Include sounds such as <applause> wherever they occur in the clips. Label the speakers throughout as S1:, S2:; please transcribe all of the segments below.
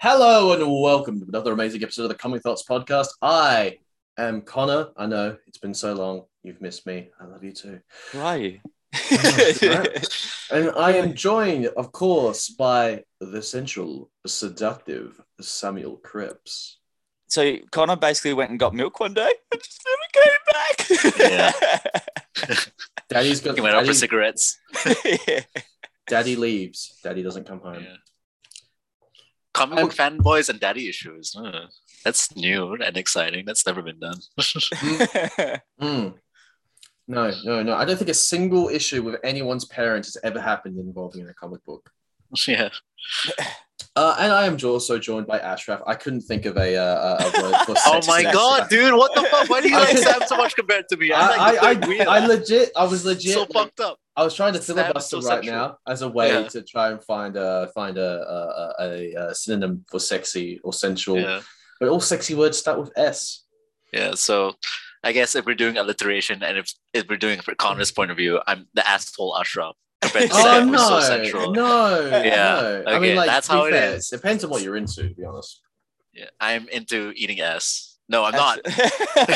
S1: Hello and welcome to another amazing episode of the Coming Thoughts podcast. I am Connor. I know it's been so long. You've missed me. I love you too.
S2: Why?
S1: And I am joined, of course, by the sensual, seductive Samuel Cripps.
S2: <laughs> so Connor basically went and got milk one day and just never came back.
S1: Daddy's
S3: <laughs>
S1: got
S3: He went out
S1: daddy,
S3: for cigarettes.
S2: Yeah. <laughs>
S1: daddy leaves. Daddy doesn't come home.
S3: Yeah. Comic book fanboys and daddy issues. Huh. That's new and exciting. That's never been done. <laughs>
S1: Mm. No, no, no. I don't think a single issue with anyone's parents has ever happened involving a comic book.
S3: yeah.
S1: Uh, and I am jo- also joined by Ashraf. I couldn't think of a, uh, a- a word for
S3: <laughs> Oh
S1: sexy
S3: my
S1: sex.
S3: god, dude! What the fuck?
S1: <laughs>
S3: Why do you like Sam so much compared to me?
S1: I, I,
S3: like the third
S1: I,
S3: wheel.
S1: I legit, I was legit.
S3: so
S1: like,
S3: fucked up.
S1: I was trying to
S3: Sam is
S1: filibuster
S3: so
S1: right
S3: sexual.
S1: now as a way
S3: Yeah.
S1: to try and find a find a a, a, a synonym for sexy or sensual.
S3: Yeah.
S1: But all sexy words start with
S3: <laughs>
S1: S.
S3: Yeah. So, I guess if we're doing alliteration and if if we're doing it from Connor's point of view, I'm the asshole Ashraf compared to
S1: Oh
S3: Sam, who's
S1: no,
S3: so central.
S1: no,
S3: Yeah,
S1: no. I mean,
S3: okay,
S1: like,
S3: that's
S1: to be
S3: how it
S1: fair,
S3: is.
S1: Depends on what you're into, to be honest.
S3: Yeah, I'm into eating ass. No, I'm not. <laughs>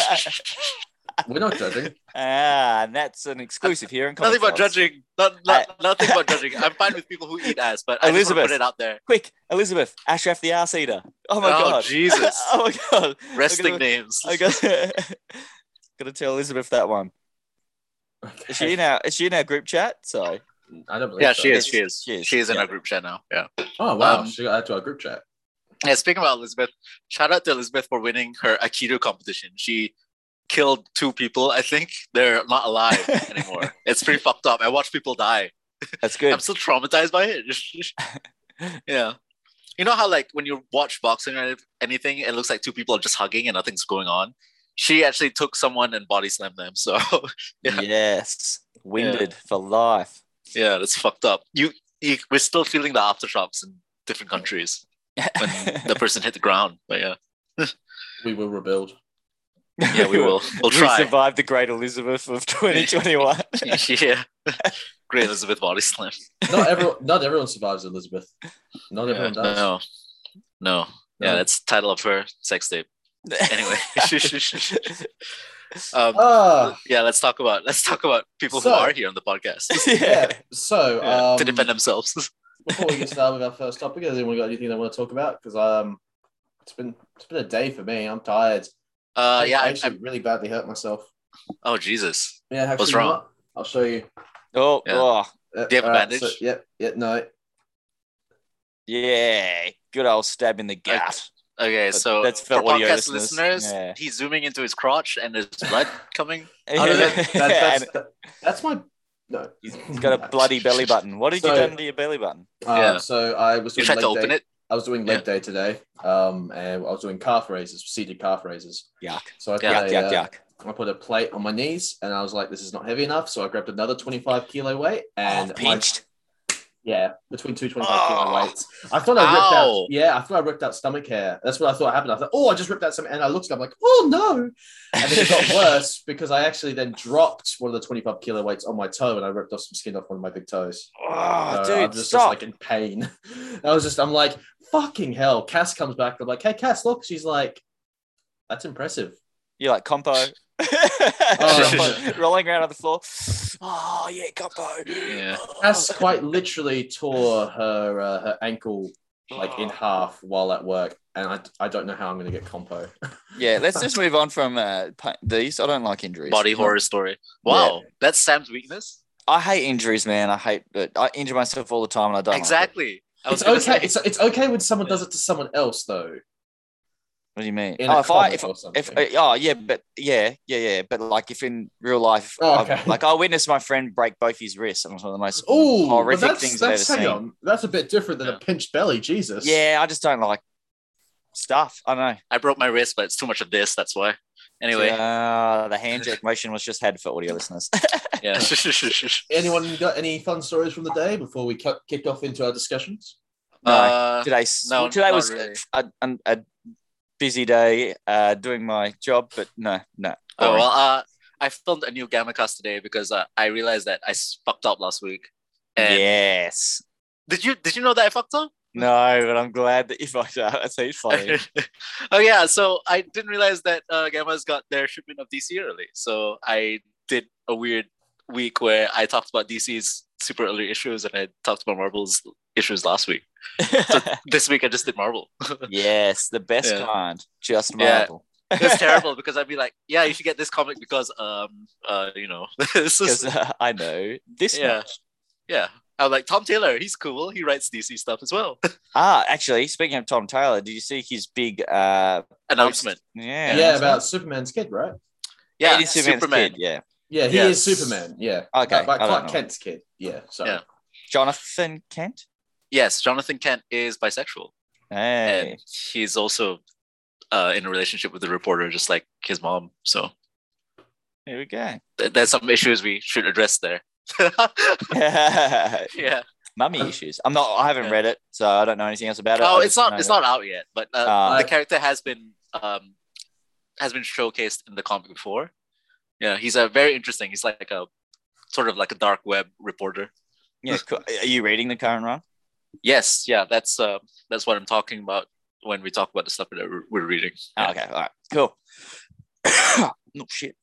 S1: We're not judging.
S2: <laughs> ah, and that's an exclusive here in Comic
S3: nothing about
S2: Thoughts.
S3: judging. Not, not, nothing
S2: <laughs>
S3: about judging. I'm fine with people who eat ass, but I just want
S2: Elizabeth.
S3: to put it out there.
S2: Quick, Elizabeth, Ashraf the ass eater. Oh my
S3: Oh,
S2: god.
S3: Jesus.
S2: <laughs> oh my god.
S3: Wrestling
S2: Look at
S3: names.
S2: I got <laughs> Gotta tell Elizabeth that one. Is she in our is she in our group chat? So
S1: I don't believe.
S3: Yeah,
S1: so.
S3: she is. She is.
S2: She is,
S3: She is in
S2: yeah.
S3: our group chat now. Yeah.
S1: Oh wow,
S3: Um,
S1: she got added to our group chat.
S3: Yeah. Speaking about Elizabeth, shout out to Elizabeth for winning her Aikido competition. She killed two people. I think they're
S2: <laughs>
S3: not alive anymore. it's pretty fucked up. I watched people die.
S2: that's good.
S3: I'm still traumatized
S2: <laughs>
S3: by it. yeah. You know how like when you watch boxing or anything, it looks like two people are just hugging and nothing's going on. She actually took someone and body slammed them. So <laughs> Yeah.
S2: Yes. Winded for life.
S3: yeah, that's fucked up. You, you we're still feeling the aftershocks in different countries. when the person hit the ground. But yeah,
S1: We will rebuild.
S3: yeah, we will.
S2: <laughs>
S3: We'll
S2: We
S3: try.
S2: survived the Great Elizabeth
S3: <laughs>
S2: of 2021.
S3: yeah, great Elizabeth body slam.
S1: Not
S3: <laughs>
S1: everyone. not everyone survives Elizabeth. Not
S3: Yeah,
S1: everyone does.
S3: no, no. Yeah,
S1: No.
S3: that's the title of her sex tape. Anyway, <laughs> um,
S1: Ah.
S3: <laughs> yeah, let's talk about let's talk about people
S1: So-
S3: who are here on the podcast
S1: yeah.
S2: <laughs> yeah.
S1: So
S3: <laughs> Yeah,
S1: um,
S3: to defend themselves. <laughs>
S1: before we get started with our first topic, has anyone got anything they want to talk about? Because um, it's been it's been a day for me. I'm tired.
S3: Uh,
S1: I-
S3: yeah,
S1: I
S3: I,
S1: actually
S3: I'm,
S1: really badly hurt myself.
S3: oh Jesus,
S1: Yeah, actually,
S3: What's
S1: you know
S3: wrong?
S1: what? I'll show you.
S2: Oh,
S3: Yeah.
S2: oh,
S1: Uh,
S3: Do you have a
S1: alright,
S3: bandage?
S1: so- yep, yep. No,
S2: yeah. Good old stab in the gut.
S3: okay.
S2: But
S3: So
S2: that's for
S3: for
S2: audio
S3: podcast
S2: listeners,
S3: listeners,
S2: yeah.
S3: he's zooming into his crotch and there's blood coming.
S1: I don't know. Oh,
S2: <laughs>
S1: That- that's,
S2: And
S1: that- that's my no.
S2: he's
S1: <laughs>
S2: got a bloody belly button. What did you
S1: So-
S2: done to your belly button?
S1: Uh,
S3: yeah.
S1: So I was
S3: You
S1: doing
S3: tried
S1: leg
S3: to open
S1: day.
S3: it.
S1: I was doing leg day today. Um, and I was doing calf raises, seated calf raises.
S2: Yuck.
S1: So I put
S3: Yeah,
S2: Yuck,
S1: a,
S2: yuck,
S1: uh,
S2: yuck.
S1: I put a plate on my knees and I was like, this is not heavy enough. So I grabbed another 25 kilo weight and
S2: oh,
S1: my,
S2: pinched.
S1: yeah, between two 25 kilo
S2: Oh.
S1: weights. I thought I ripped out,
S3: Ow.
S1: yeah, I thought I ripped out stomach hair. That's what I thought happened. I thought, oh, I just ripped out some. And I looked, I'm like, oh no. And then it got
S2: <laughs>
S1: worse because I actually then dropped one of the 25 kilo weights on my toe and I ripped off some skin off one of my big toes.
S2: Oh,
S1: So
S2: dude,
S1: I'm just, just
S2: stop.
S1: like in pain. <laughs> I was just, I'm like, fucking hell. Cass comes back. I'm like, hey, Cass, look. She's like, that's impressive.
S2: You're like
S1: <laughs>
S2: compo. <laughs>
S1: Oh.
S2: Rolling- rolling around on the floor. Oh yeah, compo. Oh.
S3: Yeah.
S1: Cass quite literally tore her uh, her ankle like <gasps>
S2: Oh.
S1: in half while at work, and I, I don't know how I'm gonna get compo.
S2: Yeah, let's just move on from uh, pa- these. I don't like injuries.
S3: Body horror story. Wow, that's Sam's weakness.
S2: I hate injuries, man. I hate it. I injure myself all the time, and I don't. like it.
S3: Exactly. I was
S1: It's
S3: gonna
S1: okay.
S3: say-
S1: It's it's okay when someone does it to someone else though.
S2: What do you mean?
S1: In
S2: oh,
S1: a
S2: if I
S1: comic
S2: if,
S1: or
S2: if
S1: something.
S2: oh yeah, but yeah, yeah, yeah. But like if in real life,
S1: Oh,
S2: I've-
S1: okay.
S2: like I witnessed my friend break both his wrists, and it was one of the most
S1: Oh,
S2: horrific
S1: that's,
S2: things I've
S1: that's
S2: ever
S1: hang
S2: seen.
S1: on. That's a bit different than a pinched belly. Jesus.
S2: Yeah, I just don't like stuff. I know.
S3: I broke my wrist, but it's too much of this. That's why. Anyway, yeah.
S2: uh, the hand
S3: <laughs>
S2: jack motion was just had for audio listeners.
S1: <laughs> Anyone got any fun stories from the day before we cut, kicked off into our discussions?
S2: No.
S3: Uh,
S2: today
S3: no,
S2: today
S3: not
S2: was
S3: really.
S2: a, a, a busy day uh, doing my job, but no, no.
S3: oh
S2: boring.
S3: well. Uh, I filmed a new GammaCast today because uh, I realized that I s- fucked up last week. And
S2: yes.
S3: did you did you know that I fucked up?
S2: No, but I'm glad that you found out. That's
S3: <laughs>
S2: he's funny.
S3: oh yeah, so I didn't realize that uh, Gamma's got their shipment of DC early. So I did a weird week where I talked about DC's super early issues and I talked about Marvel's issues last week. This week I just did Marvel. <laughs>
S2: yes, the best
S3: Yeah.
S2: kind. Just
S3: Yeah.
S2: Marvel.
S3: it's terrible
S2: <laughs>
S3: because I'd be like, yeah, you should get this comic because um uh you know <laughs> this is
S2: 'Cause, uh, <laughs> I know this.
S3: <laughs> Yeah.
S2: much.
S3: yeah. I'm like Tom Taylor, he's cool. He writes DC stuff as well. <laughs>
S2: Ah, actually, speaking of Tom Taylor, did you see his big uh
S3: Announcement.
S2: Yeah.
S1: Yeah, about Superman's kid, right?
S3: Yeah,
S2: It is Superman's
S3: Superman.
S2: kid, yeah.
S1: Yeah, he
S3: Yes.
S1: is Superman. Yeah.
S2: Okay,
S1: But
S2: I don't
S1: Clark
S2: know.
S1: Kent's kid. Yeah. Sorry.
S3: Yeah.
S2: Jonathan Kent.
S3: Yes, Jonathan Kent is bisexual.
S2: Hey.
S3: And he's also uh, in a relationship with the reporter, just like his mom. So
S2: Here we go. <laughs>
S3: th- there's some issues we should address there. <laughs> yeah.
S2: Mummy issues. I'm not. I haven't
S3: Yeah.
S2: read it, so I don't know anything else about it.
S3: Oh,
S2: I
S3: it's
S2: just
S3: not.
S2: know
S3: It's
S2: that-
S3: not out yet, but uh,
S2: Ah.
S3: the character has been um, has been showcased in the comic before. Yeah, he's a very interesting. He's like a sort of like a dark web reporter.
S2: Yeah, cool. Are you reading the current run?
S3: Yes, yeah, that's uh, that's what I'm talking about when we talk about the stuff that we're, we're reading.
S2: Oh, okay. All right. Cool. <coughs> no shit.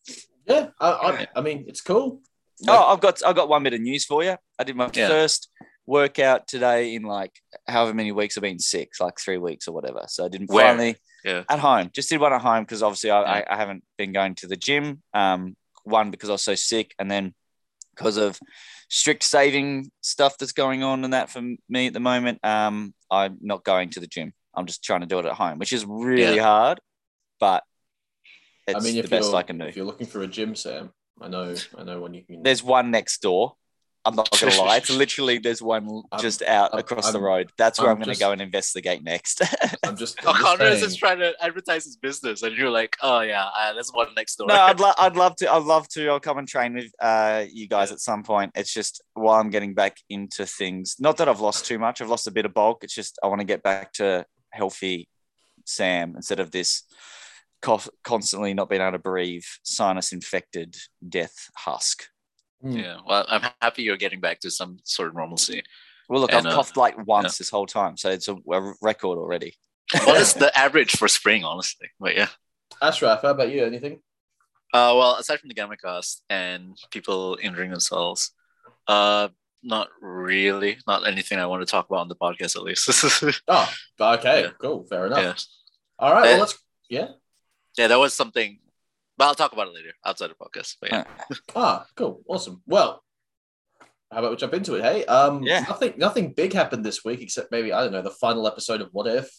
S1: Yeah. I, I, I mean, it's cool. Like,
S2: Oh, I've got I've got one bit of news for you. I did my
S3: Yeah.
S2: first workout today in like however many weeks I've been sick, like three weeks or whatever. So I didn't
S3: Where?
S2: finally
S3: Yeah.
S2: at home. Just did one at home because obviously I,
S3: Yeah.
S2: I, I haven't been going to the gym. Um, one because I was so sick, and then because of strict saving stuff that's going on and that for me at the moment, um, I'm not going to the gym. I'm just trying to do it at home, which is really hard, but it's
S1: I mean,
S2: the
S1: if
S2: best
S1: you're,
S2: I can do
S1: if you're looking for a gym, Sam, I know, I know when you can.
S2: there's one next door. I'm not
S1: <laughs>
S2: gonna lie. It's literally there's one
S1: I'm-
S2: just out
S1: I'm-
S2: across the
S1: I'm-
S2: road. That's where I'm,
S1: I'm
S2: gonna
S1: just-
S2: go and investigate next. <laughs>
S1: I'm
S3: <laughs>
S1: just. I'm just
S3: O'Connor is
S1: saying.
S3: just trying to advertise his business, and you're like, oh yeah, uh, that's one next door.
S2: no, I'd, lo- I'd love to. I'd love to. I'll come and train with uh, you guys at some point. It's just while I'm getting back into things. Not that I've lost too much. I've lost a bit of bulk. It's just I want to get back to healthy Sam instead of this cough, constantly not being able to breathe, sinus infected death husk.
S1: Hmm.
S3: yeah, well, I'm happy you're getting back to some sort of normalcy. <laughs>
S2: Well, look,
S3: And,
S2: I've
S3: uh,
S2: coughed like once this whole time, so it's a, a record already.
S1: Hmm.
S3: what is the average for spring, honestly? But yeah.
S1: Ashraf, how about you? Anything?
S3: Uh, well, aside from the gamma cast and people injuring themselves, uh, not really, not anything I want to talk about on the podcast at least. <laughs>
S1: Oh, okay,
S3: Yeah.
S1: cool, fair enough.
S3: yeah,
S1: All right, well,
S3: Uh,
S1: let's. Yeah.
S3: yeah, that was something, but I'll talk about it later outside the podcast. But yeah,
S1: Ah, cool, awesome. Well, how about we jump into it? Hey, um,
S2: Yeah.
S1: nothing, nothing big happened this week except maybe I don't know the final episode of What If.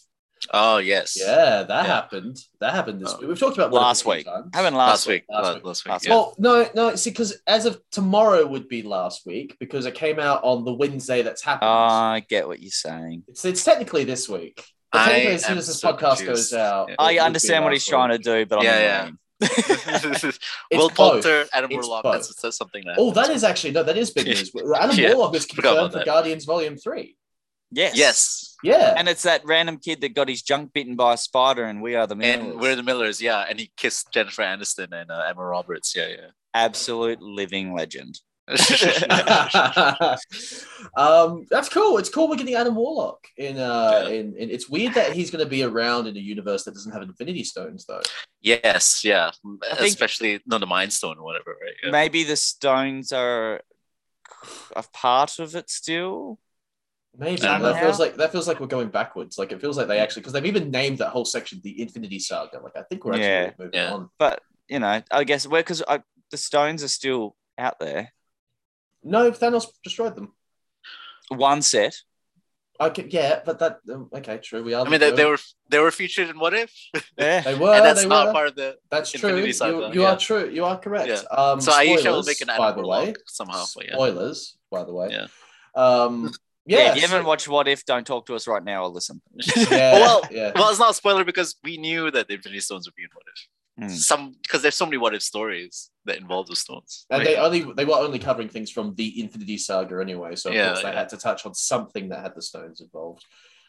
S3: oh yes,
S1: Yeah, that
S3: Yeah.
S1: happened. That happened this
S3: Oh.
S1: week. We've talked about What If a
S2: Last
S1: few
S2: week.
S1: times.
S2: Happened
S3: last
S2: last,
S3: week,
S1: last
S3: la-
S1: week.
S3: last week,
S2: Last
S3: yeah.
S1: Well, no, no, see, because as of tomorrow would be last week because it came out on the Wednesday that's happened.
S2: I get what you're saying.
S1: it's, it's technically this week. But
S3: Ah. I
S1: technically, as soon
S3: am
S1: as this
S3: so
S1: podcast
S3: confused.
S1: goes out,
S3: Yeah.
S1: it would
S2: I
S1: be
S2: understand what
S1: last
S2: he's trying to
S1: week.
S2: do, but I'm
S3: Yeah,
S2: annoying.
S1: It's
S3: <laughs> Will
S1: both.
S3: Poulter, Adam
S1: It's
S3: Warlock.
S1: both.
S3: That's, that's something that.
S1: Oh, that
S3: happens.
S1: is actually no, that is big
S3: <laughs>
S1: news. Adam
S3: Yeah,
S1: Warlock is
S3: forgot about
S1: confirmed for
S3: that.
S1: Guardians Volume Three.
S2: Yes.
S3: yes.
S1: Yeah, <laughs>
S2: And it's that random kid that got his junk bitten by a spider, and we are the men.
S3: And we're the Millers, yeah, and he kissed Jennifer Aniston and uh, Emma Roberts, yeah,
S2: absolute living legend.
S1: <laughs>
S3: yeah.
S1: um, that's cool. It's cool. We're getting Adam Warlock in. Uh,
S3: Yeah.
S1: in, in it's weird that he's going to be around in a universe that doesn't have Infinity Stones, though.
S3: yes, yeah,
S2: think-
S3: especially no, the Mind Stone or whatever, right? Yeah.
S2: Maybe the stones are a part of it still.
S1: Maybe
S3: I don't
S1: that
S2: know.
S1: feels like that feels like we're going backwards. Like it feels like they actually because they've even named that whole section the Infinity Saga. Like I think we're actually
S2: Yeah.
S1: moving
S3: Yeah.
S1: on.
S2: But you know, I guess we're because the stones are still out there.
S1: No, Thanos destroyed them.
S2: One set.
S1: I can, yeah, but that um, okay, true. We are.
S3: I mean, they, they were they were featured in What If,
S2: Yeah.
S1: They were.
S3: and that's
S1: they
S3: not
S1: were.
S3: part of the.
S1: That's true.
S3: Infinity
S1: You,
S3: Saga,
S1: you
S3: yeah.
S1: are true. You are correct.
S3: Yeah.
S1: Um,
S3: So Aisha will
S1: spoilers,
S3: make an
S1: by
S3: animal
S1: the way.
S3: log somehow, but yeah.
S1: Spoilers, by the way.
S3: Yeah.
S1: Um,
S2: Yeah,
S1: yeah.
S2: If you haven't watched What If, don't talk to us right now or listen.
S1: <laughs> yeah,
S3: Well-
S1: yeah.
S3: Well, it's not a spoiler because we knew that the Infinity Stones would be in What If.
S2: Hmm.
S3: Some because there's so many What If stories that involve those stones.
S1: And
S3: right?
S1: they only they were only covering things from the Infinity Saga anyway, so of
S3: Yeah,
S1: course they
S3: yeah.
S1: had to touch on something that had the stones involved,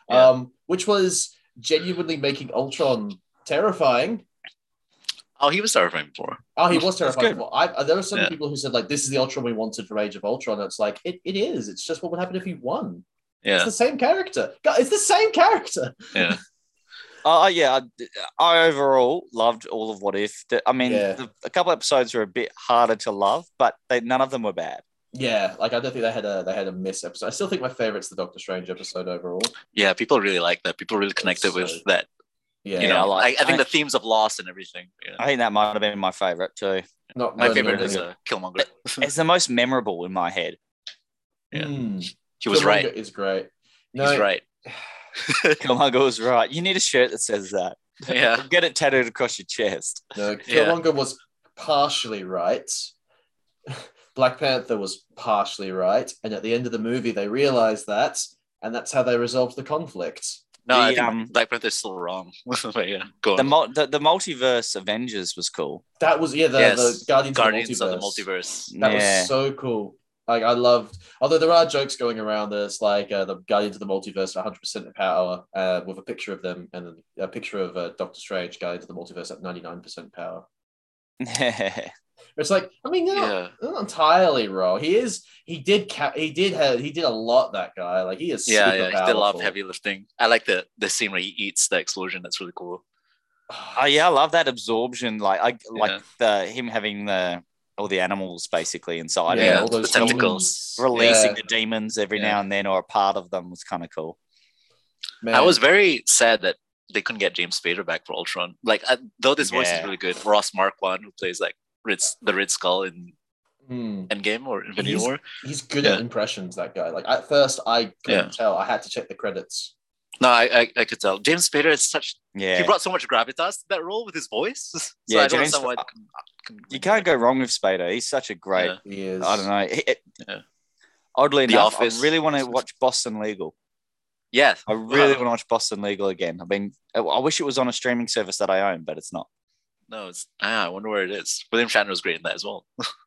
S3: Yeah.
S1: um, which was genuinely making Ultron terrifying.
S3: oh, he was terrifying before.
S1: Oh, he was
S2: That's
S1: terrifying.
S2: good.
S1: Well, I, uh, there are some
S3: Yeah.
S1: people who said like this is the Ultron we wanted from Age of Ultron. And it's like it, it is. It's just what would happen if he won. It's
S3: Yeah.
S1: the same character. God, it's the same character.
S3: Yeah.
S2: Oh yeah, I, I overall loved all of What If. The- I mean,
S1: Yeah.
S2: the, a couple episodes were a bit harder to love, but they, none of them were bad.
S1: Yeah, like I don't think they had a they had a miss episode. I still think my favorite's the Doctor Strange episode overall.
S3: Yeah. People really like that. People really connected with
S1: So-
S3: that.
S1: Yeah,
S3: you know,
S2: I
S3: I,
S2: like-
S3: I, think
S2: I-
S3: the themes of loss and everything. Yeah.
S2: I think that might have been my favorite
S1: <laughs>
S2: too.
S1: not
S3: My
S1: not
S3: favorite
S1: really.
S3: is uh, Killmonger.
S2: It's the most memorable in my head.
S3: yeah.
S1: Mm.
S3: He was
S1: Killmonger
S3: right.
S1: Is great. No,
S2: <laughs>
S3: He's right.
S2: Killmonger was right. You need a shirt that says that.
S3: Yeah.
S2: Get it tattooed across your chest.
S1: No,
S3: Yeah.
S1: Killmonger was partially right. <laughs> Black Panther was partially right, and at the end of the movie, they realized that, and that's how they resolved the conflict.
S3: No, I
S2: The,
S3: think
S2: um,
S3: Black Panther is still wrong. <laughs> but yeah. Go on.
S2: The, mul- the the multiverse Avengers was cool.
S1: That was yeah, the,
S3: Yes,
S1: the Guardians,
S3: Guardians
S1: of,
S3: of the multiverse.
S1: That
S2: yeah.
S1: was so cool. Like I loved, although there are jokes going around that's like uh, the Guardians of the Multiverse, 100 percent of power, uh, with a picture of them and a picture of uh, Doctor Strange, Guardians of the Multiverse at 99 percent power. It's like I mean, they're not-
S3: Yeah.
S1: they're not entirely wrong. He is, he did, ca- he did have, he did a lot. That guy, like he is,
S3: Yeah,
S1: super
S3: yeah, he did a lot
S1: powerful. <sighs>
S3: of heavy lifting. I like the the scene where he eats the explosion. That's really cool.
S2: <laughs> oh yeah, I love that absorption. Like I
S3: Yeah.
S2: like the him having the all the animals basically inside.
S1: yeah,
S2: him.
S1: all those
S3: the tentacles.
S1: elements.
S2: Releasing
S1: Yeah,
S2: the demons every
S3: Yeah.
S2: now and then or a part of them was kind of cool.
S1: man.
S3: I was very sad that they couldn't get James Spader back for Ultron. Like, I, though this voice is
S2: Yeah.
S3: really good, Ross Marquand, who plays like Ritz, the Red Skull in
S1: Hmm.
S3: Endgame or Infinity
S1: He's-
S3: War.
S1: He's good at
S3: Yeah.
S1: impressions. That guy. Like at first, I couldn't
S3: Yeah.
S1: tell. I had to check the credits.
S3: No, I, I I could tell James Spader is such.
S2: Yeah.
S3: He brought so much gravitas to that role with his voice. <laughs> So
S2: Yeah,
S3: I don't
S2: James-
S3: understand why. it couldn't- couldn't-
S2: you can't go wrong with Spader. He's such a great.
S3: Yeah.
S1: He is.
S2: I don't know. He- it-
S3: Yeah.
S2: Oddly
S3: The
S2: enough,
S3: Office.
S2: I really want to watch Boston Legal.
S3: Yeah,
S2: I really
S3: Wow.
S2: want to watch Boston Legal again. I've been. I- I wish it was on a streaming service that I own, but it's not.
S3: no, it's ah, I wonder where it is. William Shatner was great in that as
S2: <laughs>
S3: well.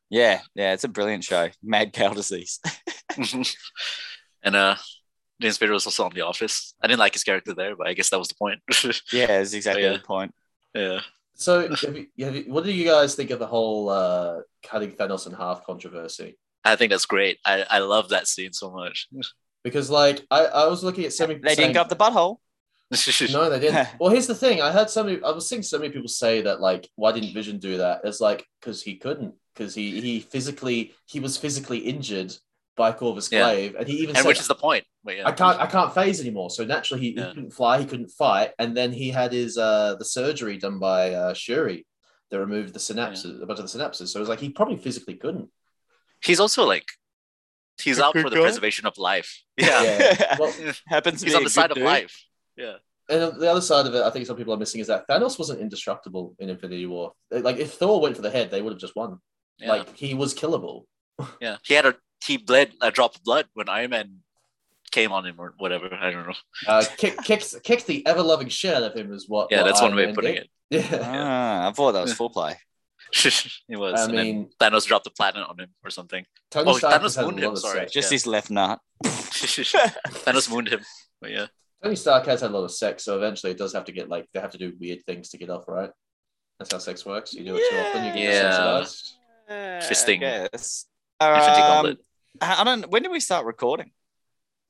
S2: Yeah, yeah, it's a brilliant show. Mad cow disease. <laughs>
S3: and uh, James Spader was also on The Office. I didn't like his character there, but I guess that was the point. <laughs>
S2: yeah, that's exactly
S3: Oh, yeah.
S2: the point.
S3: yeah.
S1: So, have you, have you, what do you guys think of the whole uh, cutting Thanos in half controversy?
S3: I think that's great. I, I love that scene so much. <laughs>
S1: Because, like, I, I was looking at so many.
S2: They
S1: saying-
S2: didn't go up the butthole.
S1: No, they
S2: <laughs>
S1: didn't. well, here's the thing. I heard so many. I was seeing so many people say that, like, why didn't Vision do that? It's like because he couldn't, because he he physically he was physically injured by Corvus
S3: Yeah.
S1: Glaive, and he even
S3: and
S1: said,
S3: which is the point. But yeah.
S1: "I can't I can't phase anymore." So naturally, he,
S3: Yeah.
S1: he couldn't fly, he couldn't fight, and then he had his uh the surgery done by uh, Shuri that removed the synapses, a bunch of the synapses. So it's like he probably physically couldn't.
S3: He's also like, he's
S2: A
S3: out for
S2: good
S3: the
S2: guy?
S3: preservation of life. <laughs>
S2: <laughs>
S3: Yeah.
S1: Well,
S2: Happens to
S3: He's
S2: be
S3: on
S2: a
S3: the
S2: good
S3: side of
S2: dude.
S3: life.
S1: And the other side of it, I think some people are missing is that Thanos wasn't indestructible in Infinity War. Like if Thor went for the head, they would have just won.
S3: Yeah.
S1: Like he was killable.
S3: yeah. He had a, he bled a drop of blood when Iron Man came on him or whatever. I don't know.
S1: Uh,
S3: <laughs>
S1: kick, kicked, kicked the ever loving shit out of him is what.
S3: Yeah.
S1: what
S3: that's
S1: Iron
S3: one way
S1: Man
S3: of putting
S1: did.
S3: it. <laughs>
S1: Yeah,
S2: Ah, I thought that was foreplay.
S3: it was.
S1: I
S3: and then
S1: mean,
S3: Thanos dropped the planet on him or something. <laughs>
S1: Tony
S3: oh,
S1: Stark
S3: Thanos
S1: has had a
S3: wounded him,
S1: lot of
S3: sorry.
S1: sex.
S2: Just
S3: Yeah.
S2: his left nut.
S3: Thanos mooned him. But yeah.
S1: Tony Stark has had a lot of sex, so eventually it does have to get like they have to do weird things to get off, right? That's how sex works. You do it too often, you get
S3: Yeah.
S1: desensitized.
S2: Fisting.
S3: Fisting.
S2: Yes.
S3: Infinity
S2: Um,
S3: Gauntlet.
S2: I I don't. When did we start recording?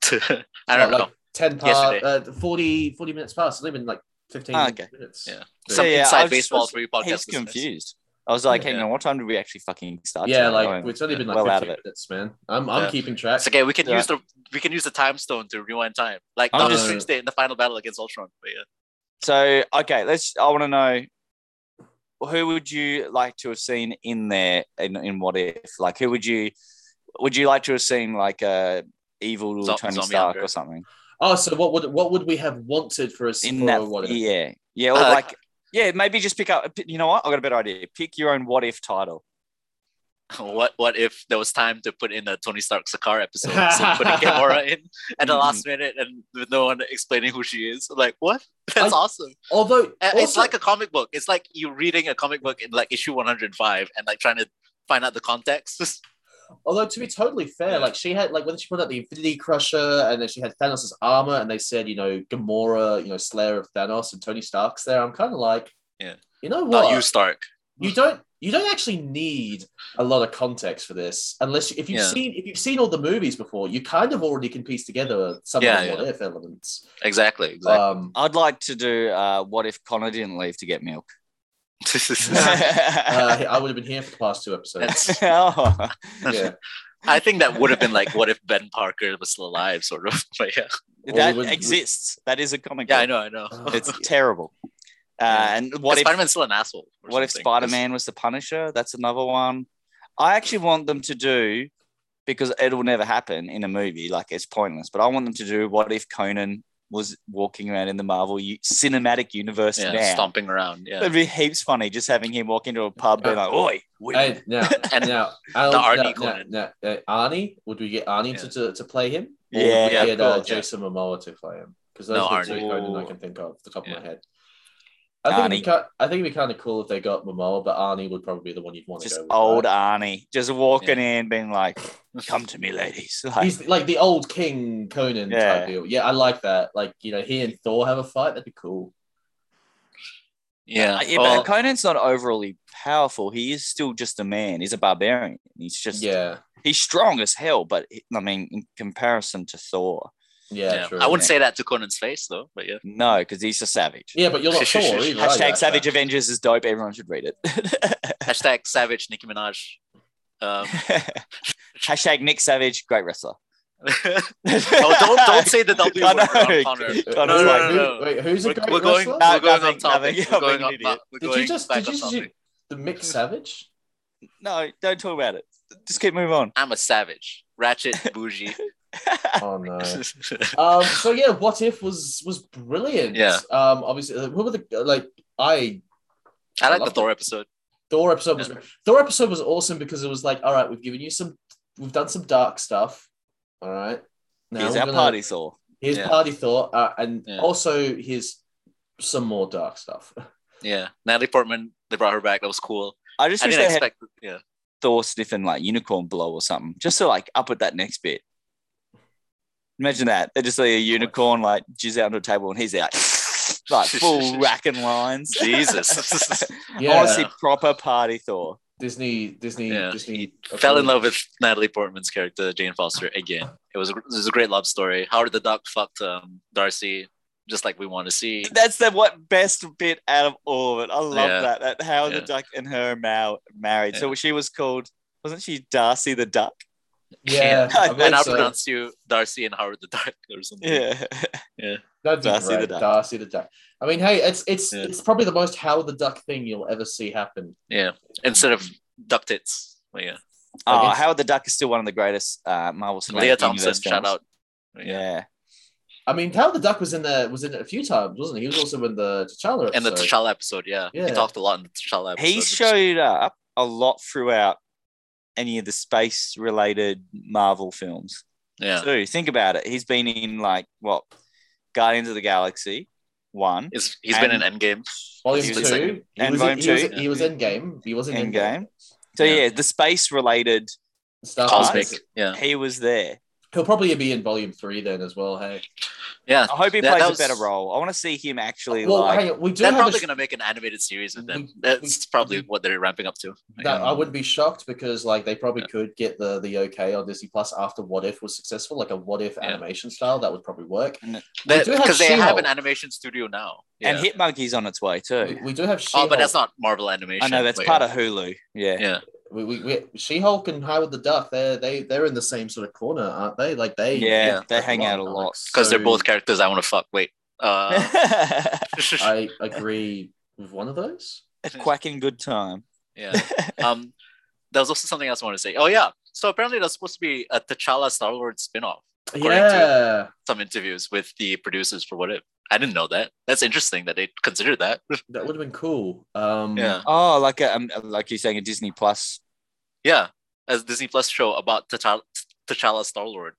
S3: <laughs> I don't
S1: Like,
S3: know.
S1: Like ten part, uh,
S3: Yesterday.
S1: 40, 40 minutes past. It's only been like fifteen
S2: Ah, okay.
S1: minutes.
S3: Yeah.
S1: So
S3: Some
S2: yeah, I
S3: inside
S2: was-
S3: baseball for you podcast.
S2: He's
S3: listeners.
S2: confused. I was like,
S3: Yeah.
S2: hang on, what time did we actually fucking start?
S1: yeah,
S2: today?
S1: like
S2: Oh,
S1: it's only been like
S2: well out of
S1: 15
S2: it.
S1: minutes, man. I'm, I'm
S3: Yeah.
S1: keeping track.
S3: It's okay. We can
S2: Yeah.
S3: use the we can use the time stone to rewind time, like
S2: I'm
S3: Doctor
S1: just-
S3: Strange Day in the final battle against Ultron. But yeah, <laughs>
S2: So okay, let's. I want to know who would you like to have seen in there in, in what if? Like, who would you would you like to have seen like a evil
S3: Zo-
S2: Tony
S3: zombie
S2: Stark
S3: hunter.
S2: or something
S1: Oh, so what would what would we have wanted for a s-
S2: in
S1: for
S2: that?
S1: a what if?
S2: Yeah, yeah, or
S3: Uh,
S2: like yeah, maybe just pick up. You know what? I got a better idea. Pick your own what if title.
S3: what what if there was time to put in a Tony Stark Sakar episode, so
S1: <laughs>
S3: putting Gamora in at the
S2: Mhm.
S3: last
S1: Mm-hmm.
S3: minute and with no one explaining who she is? Like what? <laughs> That's
S1: I-
S3: awesome.
S1: Although
S3: A- Uh, it's
S1: also-
S3: like a comic book. It's like you reading a comic book in like issue one hundred and five and like trying to find out the context. <laughs>
S1: Although to be totally fair,
S3: Yeah.
S1: like she had like when she put out the Infinity Crusher and then she had Thanos' armor and they said, you know, Gamora, you know, Slayer of Thanos and Tony Stark's there. I'm kind of like,
S3: Yeah.
S1: you know what?
S3: Not you, Stark.
S1: you don't you don't actually need a lot of context for this unless if you've
S3: Yeah.
S1: seen if you've seen all the movies before, you kind of already can piece together some
S3: Yeah,
S1: of the
S3: yeah.
S1: what if elements.
S3: Exactly. Exactly.
S1: Um,
S2: I'd like to do uh, what if Connor didn't leave to get milk?
S1: uh, I would have been here for the past two episodes.
S3: <laughs> That's-
S2: <laughs> Oh.
S1: yeah.
S3: I think that would have been like, what if Ben Parker was still alive, sort of. <laughs> But yeah,
S2: that
S1: would-
S2: exists. That is a comic.
S3: yeah, I
S2: book.
S3: know, I know.
S2: It's terrible. Uh,
S3: Yeah.
S2: and
S3: What
S2: what if
S3: Spider-Man's still an asshole? or
S2: What if
S3: something.
S2: Spider Man was the Punisher? That's another one. I actually want them to do because it will never happen in a movie. Like it's pointless. But I want them to do what if Conan was walking around in the Marvel u- cinematic universe
S3: Yeah,
S2: now?
S3: stomping around. Yeah,
S2: It'd be heaps funny just having him walk into a pub and like, oi, we-
S1: And now,
S3: And
S1: now,
S3: the
S1: Al,
S3: Arnie
S1: now, now,
S3: Conan.
S1: now, uh, Arnie, would we get Arnie to, to, to play him? Or
S2: Yeah,
S1: would we
S3: yeah,
S1: get
S2: cool,
S1: uh,
S2: yeah.
S1: Jason Momoa to play him? Because those
S3: No,
S1: are the two
S2: Arnie.
S1: Conan I can think of off the top
S3: Yeah.
S1: of my head. I think, it'd
S2: Arnie.
S1: be, ki- I think it'd be kind of cool if they got Momoa, but Arnie would probably be the one you'd want to
S2: just
S1: go with.
S2: old
S1: right?
S2: Arnie, just walking in, being like, come to me, ladies. <laughs> Like,
S1: He's like the old King Conan
S2: Yeah.
S1: type deal. Yeah, I like that. Like, you know, he and Thor have a fight. That'd be cool.
S3: yeah.
S2: Uh, yeah,
S3: Well,
S2: but Conan's not overly powerful. He is still just a man. He's a barbarian. He's just
S1: yeah.
S2: he's strong as hell, but I mean, in comparison to Thor,
S1: Yeah,
S3: yeah.
S1: true.
S3: I wouldn't
S2: yeah.
S3: say that to Conan's face though, but yeah.
S2: <laughs> no, because he's a savage.
S1: yeah, but you're not Thor either. are you?
S2: Hashtag Savage Avengers is dope. Everyone should read it. <laughs>
S3: Hashtag Savage Nicki Minaj. Um, <laughs>
S2: Hashtag Nick Savage, great wrestler.
S3: oh, don't
S2: <laughs>
S3: don't say the W
S2: I
S3: word,
S2: know.
S3: Connor.
S2: <laughs>
S1: Uh,
S2: No, no,
S1: who's-
S3: no, no,
S1: who-
S3: no.
S1: Wait, who's a
S3: We're,
S1: great
S3: we're going,
S1: wrestler?
S2: No,
S3: we're going on
S2: nothing, nothing.
S3: topic. We're
S2: I'm
S3: going
S2: an
S3: on
S2: idiot.
S3: top. We're
S1: Did
S3: going
S1: you just
S3: back
S1: did you
S3: on
S1: just
S3: topic.
S1: use the Mick Savage?
S2: No, don't talk about it. Just keep moving on.
S3: I'm a savage. Ratchet bougie.
S1: Oh
S3: <laughs>
S1: no. Um, so yeah, what if was was brilliant.
S3: Yeah.
S1: Um, obviously, uh, what were the like? I
S3: I like
S1: love
S3: the Thor episode.
S1: Thor episode was Thor episode was awesome because it was like, all right, we've given you some, we've done some dark stuff. All right. Now
S2: Here's
S1: we're
S2: our
S1: gonna-
S2: party saw.
S1: Here's
S3: Yeah.
S1: party Thor, uh, and
S3: Yeah.
S1: also here's some more dark stuff. <laughs>
S3: Yeah, Natalie Portman. They brought her back. That was cool.
S2: I just
S3: I
S2: wish
S3: didn't
S2: they had
S3: expect. Yeah,
S2: Thor sniffing like unicorn blow or something, just to like up at that next bit. Imagine that. They just see a unicorn like jizz out on a table and he's out <laughs> like
S3: <laughs>
S2: full racking lines.
S3: Jesus. <laughs>
S1: Yeah.
S2: Honestly, proper party Thor.
S1: Disney, Disney,
S3: Yeah,
S1: Disney
S3: fell in love with Natalie Portman's character Jane Foster again. It was a, it was a great love story. Howard the Duck fucked um, Darcy, just like we want to see.
S2: That's the what best bit out of all of it. I love
S3: Yeah.
S2: that. That Howard
S3: Yeah.
S2: the Duck and her mal- married. So she was called, wasn't she Darcy the Duck?
S1: <laughs>
S2: <laughs>
S1: Yeah, I
S2: And
S1: believe
S3: and I'll
S1: so.
S3: pronounce you Darcy and Howard the Duck <laughs> or something.
S2: Yeah.
S1: That'd be
S2: Darcy
S1: great.
S2: the Duck.
S1: Darcy the Duck. I mean, hey, it's it's
S3: Yeah.
S1: it's probably the most Howard the Duck thing you'll ever see happen.
S3: Yeah. Instead of duck tits. But yeah.
S2: Oh,
S1: guess-
S2: Howard the Duck is still one of the greatest uh, Marvel Cinematic
S3: Leah Thompson,
S2: Universe
S3: shout
S2: films.
S3: out. Yeah.
S2: Yeah.
S1: I mean, Howard the Duck was in there was in it a few times, wasn't he? He was also in the T'Challa episode.
S3: And the T'Challa episode, yeah.
S1: Yeah.
S3: He talked a lot in the T'Challa episode.
S2: he showed up a lot throughout any of the space related Marvel films.
S3: Yeah.
S2: Too. Think about it. He's been in like what Guardians of the Galaxy one,
S3: He's, he's been in Endgame.
S1: Volume
S2: he
S1: two.
S2: was
S3: like-
S1: he, was
S2: and
S1: in,
S2: Volume
S1: he was-
S2: two.
S1: he was in game. He was in
S2: Endgame.
S1: Endgame.
S2: game. So
S3: Yeah.
S2: yeah, the space related,
S1: Star
S3: Cosmic.
S1: Wars.
S3: Yeah.
S2: he was there.
S1: He'll probably be in volume three then as well. Hey,
S3: Yeah.
S2: I hope he
S3: That-
S2: plays
S3: that
S2: a
S3: was-
S2: better role. I want to see him actually
S1: well,
S2: like
S1: hang on. We do
S3: They're
S1: have
S3: probably
S1: a,
S3: going to make an animated series with them.
S1: We-
S3: That's probably what they're ramping up to.
S1: Mm-hmm. that I wouldn't be shocked because like they probably could get the the okay on Disney Plus after What If was successful, like a What If
S3: Yeah.
S1: animation style that would probably work. We do have
S3: Because they have
S1: She-Hulk.
S3: an animation studio now.
S2: and
S3: Yeah.
S2: Hit Monkey's on its way too.
S1: We, we do have she
S3: Oh, but that's not Marvel animation.
S2: I know that's
S3: but
S2: part
S3: yeah.
S2: of Hulu. Yeah.
S3: Yeah.
S1: we, we, we She-Hulk and Howard the Duck. They're they they're in the same sort of corner, aren't they? Like they
S2: Yeah,
S3: Yeah.
S2: they hang out a lot.
S3: Because
S1: So
S3: they're both characters I want to fuck. Wait. Uh,
S1: <laughs> I agree with one of those.
S2: a <laughs> quacking good
S3: <laughs>
S2: time.
S3: <laughs> yeah. Um, there was also something else I wanted to say. Oh, yeah. So apparently there's supposed to be a T'Challa Star Wars spin-off. <laughs> According to-
S1: yeah,
S3: Some interviews with the producers for what if. I didn't know that. That's interesting that they considered that.
S1: that would have been cool. Um,
S3: yeah.
S2: Oh, like a, um, like you're saying a Disney Plus.
S3: Yeah. As Disney Plus show about T'Challa, T'Challa Star Lord.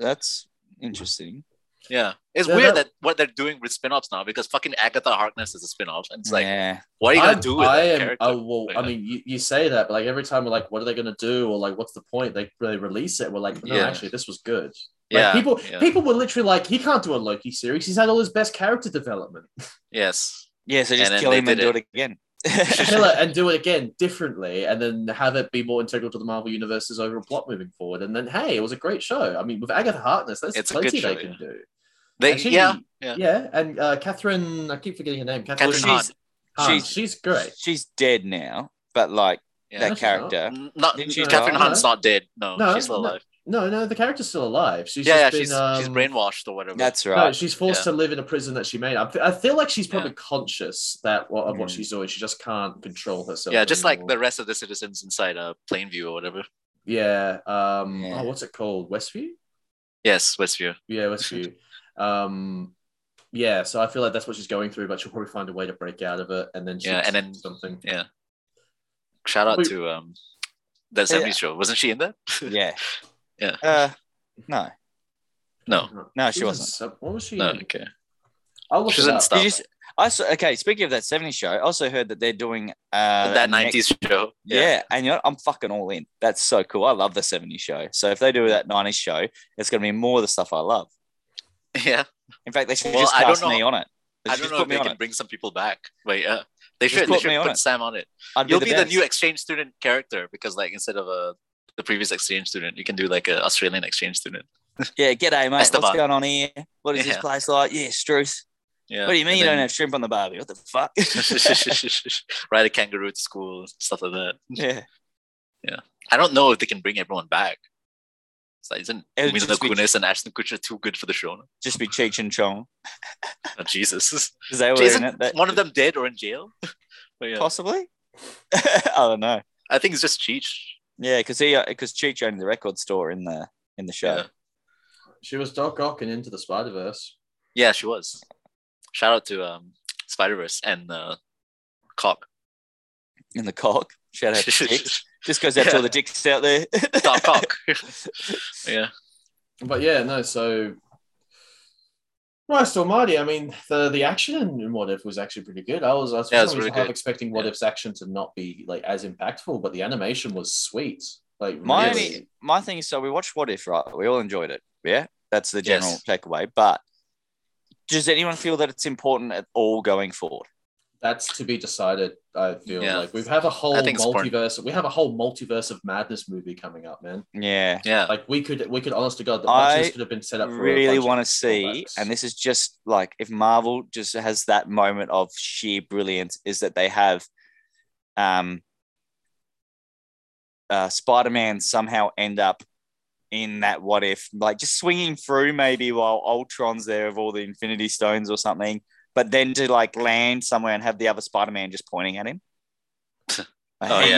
S2: That's interesting.
S3: Yeah. It's
S1: Yeah,
S3: weird
S1: that-
S3: that what they're doing with spin-offs now because fucking Agatha Harkness is a spin-off. And it's like,
S2: yeah.
S3: what are you going
S1: I'm-
S3: to do with
S1: I
S3: that
S1: am.
S3: character?
S1: oh, well, I
S3: Yeah.
S1: mean, you, you say that, but like every time we're like, what are they gonna do, or like, what's the point? They they release it. We're like, no,
S3: Yeah.
S1: actually, this was good. Like,
S3: yeah.
S1: people
S3: yeah.
S1: people were literally like, he can't do a Loki series. He's had all his best character development.
S3: Yes.
S2: Yeah, so
S3: And
S2: just
S3: then
S2: kill
S3: they
S2: him and
S3: did
S2: do it again.
S1: kill it and do it again differently, and then have it be more integral to the Marvel Universe's overall plot moving forward. And then, hey, it was a great show. I mean, with Agatha Harkness, there's
S3: It's a
S1: plenty
S3: good show,
S1: they can
S3: yeah.
S1: do.
S3: They,
S1: Actually,
S3: yeah, yeah.
S1: yeah, and uh, Catherine, I keep forgetting her name. Catherine,
S3: Catherine
S1: Hahn.
S2: she's,
S1: Hahn.
S2: she's-
S1: she's great.
S2: she's dead now, but like
S1: No,
S3: Yeah.
S2: that
S1: she's not.
S2: character.
S3: N- Not
S2: Didn't she
S3: Catherine
S2: die?
S3: Hahn's not dead. No,
S1: No,
S3: she's still
S1: no.
S3: alive.
S1: No, no, the character's still alive. She's
S3: yeah, yeah,
S1: just been,
S3: she's she's
S1: um,
S3: brainwashed or whatever.
S2: That's
S1: No,
S2: right.
S1: she's forced to live in a prison that she made. up. I feel like she's probably conscious that what, of what
S2: Mm.
S1: she's doing. She just can't control herself.
S3: yeah, just like
S1: anymore.
S3: the rest of the citizens inside uh, Plainview or whatever.
S1: yeah. Um,
S2: Yeah.
S1: Oh, what's it called? Westview.
S3: Yes, Westview.
S1: Yeah, Westview. um, yeah. So I feel like that's what she's going through, but she'll probably find a way to break out of it, and then she
S3: Yeah, and then-
S1: something.
S3: Shout out
S1: Wait.
S3: to um that
S2: Yeah.
S3: '70s show. Wasn't she in that?
S2: yeah.
S3: Yeah.
S2: Uh, no,
S3: No,
S1: Hmm.
S2: no,
S1: was
S2: she
S1: in
S2: wasn't.
S1: some- what was she?
S3: no.
S1: in?
S3: Okay.
S1: I'll look
S3: She's
S1: it
S3: in
S1: up.
S3: Star.
S2: Did you s- I saw, okay. Speaking of that 70s show, I also heard that they're doing uh,
S3: that
S2: a next-
S3: '90s show.
S2: Yeah. and you know, what? I'm fucking all in. That's so cool. I love the 70s show. So if they do that 90s show, it's going to be more of the stuff I love.
S3: <laughs> yeah. yeah.
S2: In fact, they should
S3: Well,
S2: just
S3: I don't
S2: cast me
S3: know-
S2: on it. They
S3: I
S2: should
S3: don't
S2: just
S3: know
S2: put
S3: if
S2: me
S3: they
S2: on
S3: can
S2: it.
S3: bring some people back, but yeah, they
S2: Just
S3: should.
S2: put
S3: They
S2: me
S3: should
S2: on
S3: put
S2: it.
S3: Sam on it.
S2: I'd
S3: You'll be the,
S2: best.
S3: new exchange student character because, like, instead of a the previous exchange student, you can do like an Australian exchange student.
S2: Yeah, g'day, mate. What's
S3: Esteban.
S2: going on here? What is this
S3: Yeah.
S2: place like? Yeah, Struth.
S3: Yeah.
S2: What do you mean
S3: and
S2: you don't
S3: then-
S2: have shrimp on the barbie? What the fuck?
S3: <laughs>
S2: <laughs>
S3: ride a kangaroo to school, stuff like that.
S2: yeah.
S3: I don't know if they can bring everyone back. It's like, isn't
S2: It would
S3: Mila
S2: just be-
S3: Kunis and Ashton Kutcher too good for the show? now?
S2: Just be Cheech and Chong.
S3: Oh,
S2: <laughs>
S3: Jesus.
S2: 'Cause they were in
S3: Isn't
S2: it. That-
S3: one of them dead or in jail? <laughs> but yeah,
S2: Possibly. <laughs> I don't know.
S3: I think it's just Cheech.
S2: Yeah, because he because Cheech owned the record store in the in the show.
S3: Yeah.
S1: She was Doc Ock in Into the Spider Verse.
S3: Yeah, she was. Shout out to um, Spider Verse and uh, Cock.
S2: In the cock. Shout
S3: <laughs>
S2: out to Cheech. Just goes out to
S3: Yeah.
S2: all the dicks out there. <laughs>
S3: Doc Cock. <laughs> yeah.
S1: But yeah, no, so Christ Almighty! I mean, the the action in, in What If was actually pretty good. I was I was,
S3: Yeah, it
S1: yeah,
S3: was really
S1: half
S3: good.
S1: expecting What
S3: Yeah.
S1: If's action to not be like as impactful, but the animation was sweet. Like
S2: My
S1: really.
S2: only, my thing is, so we watched What If, right? We all enjoyed it. Yeah, that's the general
S3: Yes.
S2: takeaway. But does anyone feel that it's important at all going forward?
S1: that's to be decided. I feel
S3: Yeah.
S1: like we have a whole
S3: I think it's important.
S1: multiverse. We have a whole multiverse of madness movie coming up, man.
S2: Yeah,
S3: Yeah.
S1: Like we could, we could, honest to God, the
S2: I
S1: multiverse could have been set up. For a
S2: really
S1: bunch of
S2: want to see,
S1: callbacks.
S2: and this is just like if Marvel just has that moment of sheer brilliance, is that they have, um, uh, Spider Man somehow end up in that What If, like just swinging through maybe while Ultron's there of all the Infinity Stones or something, but then to like land somewhere and have the other Spider Man just pointing at him. Like,
S3: Oh,
S2: hey,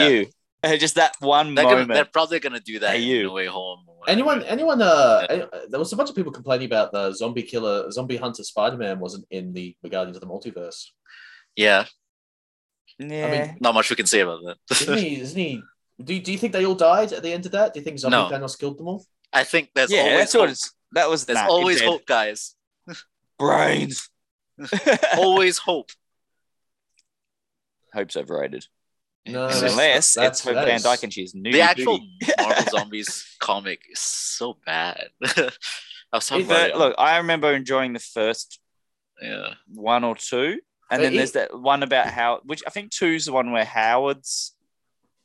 S3: yeah.
S2: you. <laughs> just that one
S3: They're, gonna,
S2: moment.
S3: they're probably going to do that
S2: Hey,
S3: in
S2: you.
S3: No Way Home. or whatever.
S1: Anyone, anyone, uh, any- there was a bunch of people complaining about the zombie killer, zombie hunter Spider Man wasn't in the Guardians of the
S3: <laughs>
S1: Multiverse.
S3: Yeah.
S2: yeah.
S3: Not much we can say about
S1: Isn't
S3: that.
S1: he? Isn't he? Do, do you think they all died at the end of that? Do you think Zombie
S3: No.
S1: Thanos killed them all?
S3: <laughs> I think there's
S2: yeah,
S3: always
S2: that's what
S3: hope.
S2: it's. That was
S3: There's
S2: nah, you're
S3: always
S2: dead.
S3: hope, guys.
S2: brains.
S3: always hope.
S2: <laughs> Hope's overrated.
S1: <laughs> No,
S3: Uh, that's-
S2: Unless
S1: that's-
S2: it's for
S1: that
S2: Van
S1: is-
S2: Dyke and she's new.
S3: The actual
S2: <laughs>
S3: Marvel Zombies comic is so bad. <laughs> I was talking about it.
S2: look, I remember enjoying the first
S3: yeah,
S2: one or two, and
S1: But
S2: then
S1: it-
S2: there's that one about how, which I think two's the one where Howard's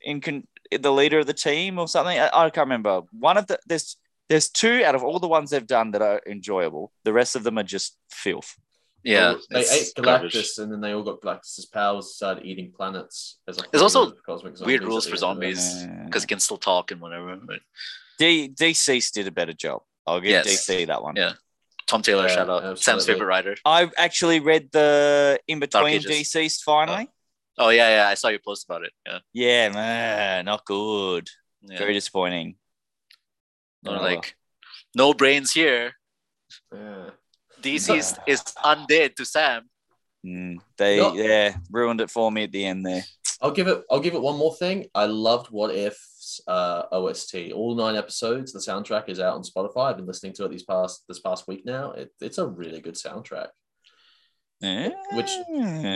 S2: in con- the leader of the team or something. I, I can't remember. One of the there's there's two out of all the ones they've done that are enjoyable. The rest of them are just filth.
S3: yeah.
S1: They
S3: it's
S1: ate Galactus,
S3: garbage.
S1: and then they all got Galactus's powers, and started eating planets. As a
S3: There's also
S1: horde of cosmic zombies
S3: weird rules
S1: at
S3: for
S1: the end of it.
S3: zombies. It's- because you can still talk and whatever. But
S2: Uh, D- DC's did a better job. I'll give
S3: Yes.
S2: DC that one.
S3: Yeah. Tom Taylor,
S1: Yeah,
S3: shout out. Sam's
S1: absolutely.
S3: favorite writer.
S2: I've actually read the in between
S3: Ages.
S2: DCs finally.
S3: Oh yeah, yeah. I saw you post about it. Yeah,
S2: Yeah, man, not good.
S3: yeah.
S2: Very disappointing.
S3: Or
S2: Oh,
S3: like, no brains here.
S1: Yeah.
S3: DC is, is undead to Sam.
S2: mm, they
S1: Not-
S2: yeah ruined it for me at the end there.
S1: I'll give it. I'll give it one more thing. I loved What If's uh, OST. All nine episodes. The soundtrack is out on Spotify. I've been listening to it these past this past week now. It, it's a really good soundtrack. Which-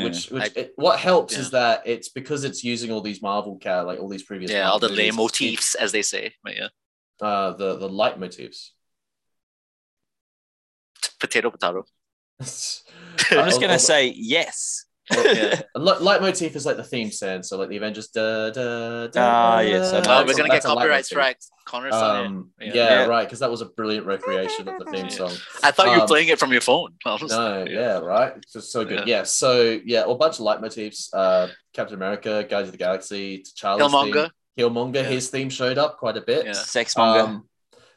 S1: Which, which
S3: I-
S1: it, what helps
S3: yeah.
S1: is that it's because it's using all these Marvel car like all these previous
S3: Yeah,
S1: Marvel
S3: all the
S1: movies, it's-
S3: motifs, as they say. But yeah,
S1: uh, the the light
S2: <laughs>
S1: motifs. <laughs>
S3: potato, potato.
S1: I'm Uh,
S2: I'm just gonna say yes.
S3: Yeah.
S1: And li- leitmotif is like the theme sound, so like the Avengers. Da, da, da,
S2: Ah,
S1: da,
S2: yes,
S1: da.
S2: I've
S3: Oh,
S2: heard
S3: we're
S1: That's a-
S3: gonna get
S1: that's a
S3: copyright
S1: leitmotif.
S3: strikes. Connor's on it.
S1: Um,
S3: Yeah.
S1: yeah,
S2: Yeah.
S1: right. Because that was a brilliant recreation of the
S3: <laughs>
S1: theme song.
S3: I thought you were
S1: um,
S3: playing it from your phone. <laughs> I was-
S1: No,
S3: yeah.
S1: yeah, right. It's just so good.
S3: Yeah.
S1: Yeah. so yeah, a bunch of leitmotifs. Uh, Captain America, Guardians of the Galaxy, T'Challa's
S3: Killmonger.
S1: theme, Killmonger.
S3: Yeah.
S1: His theme showed up quite a bit.
S3: Yeah.
S2: Sexmonger.
S1: Um,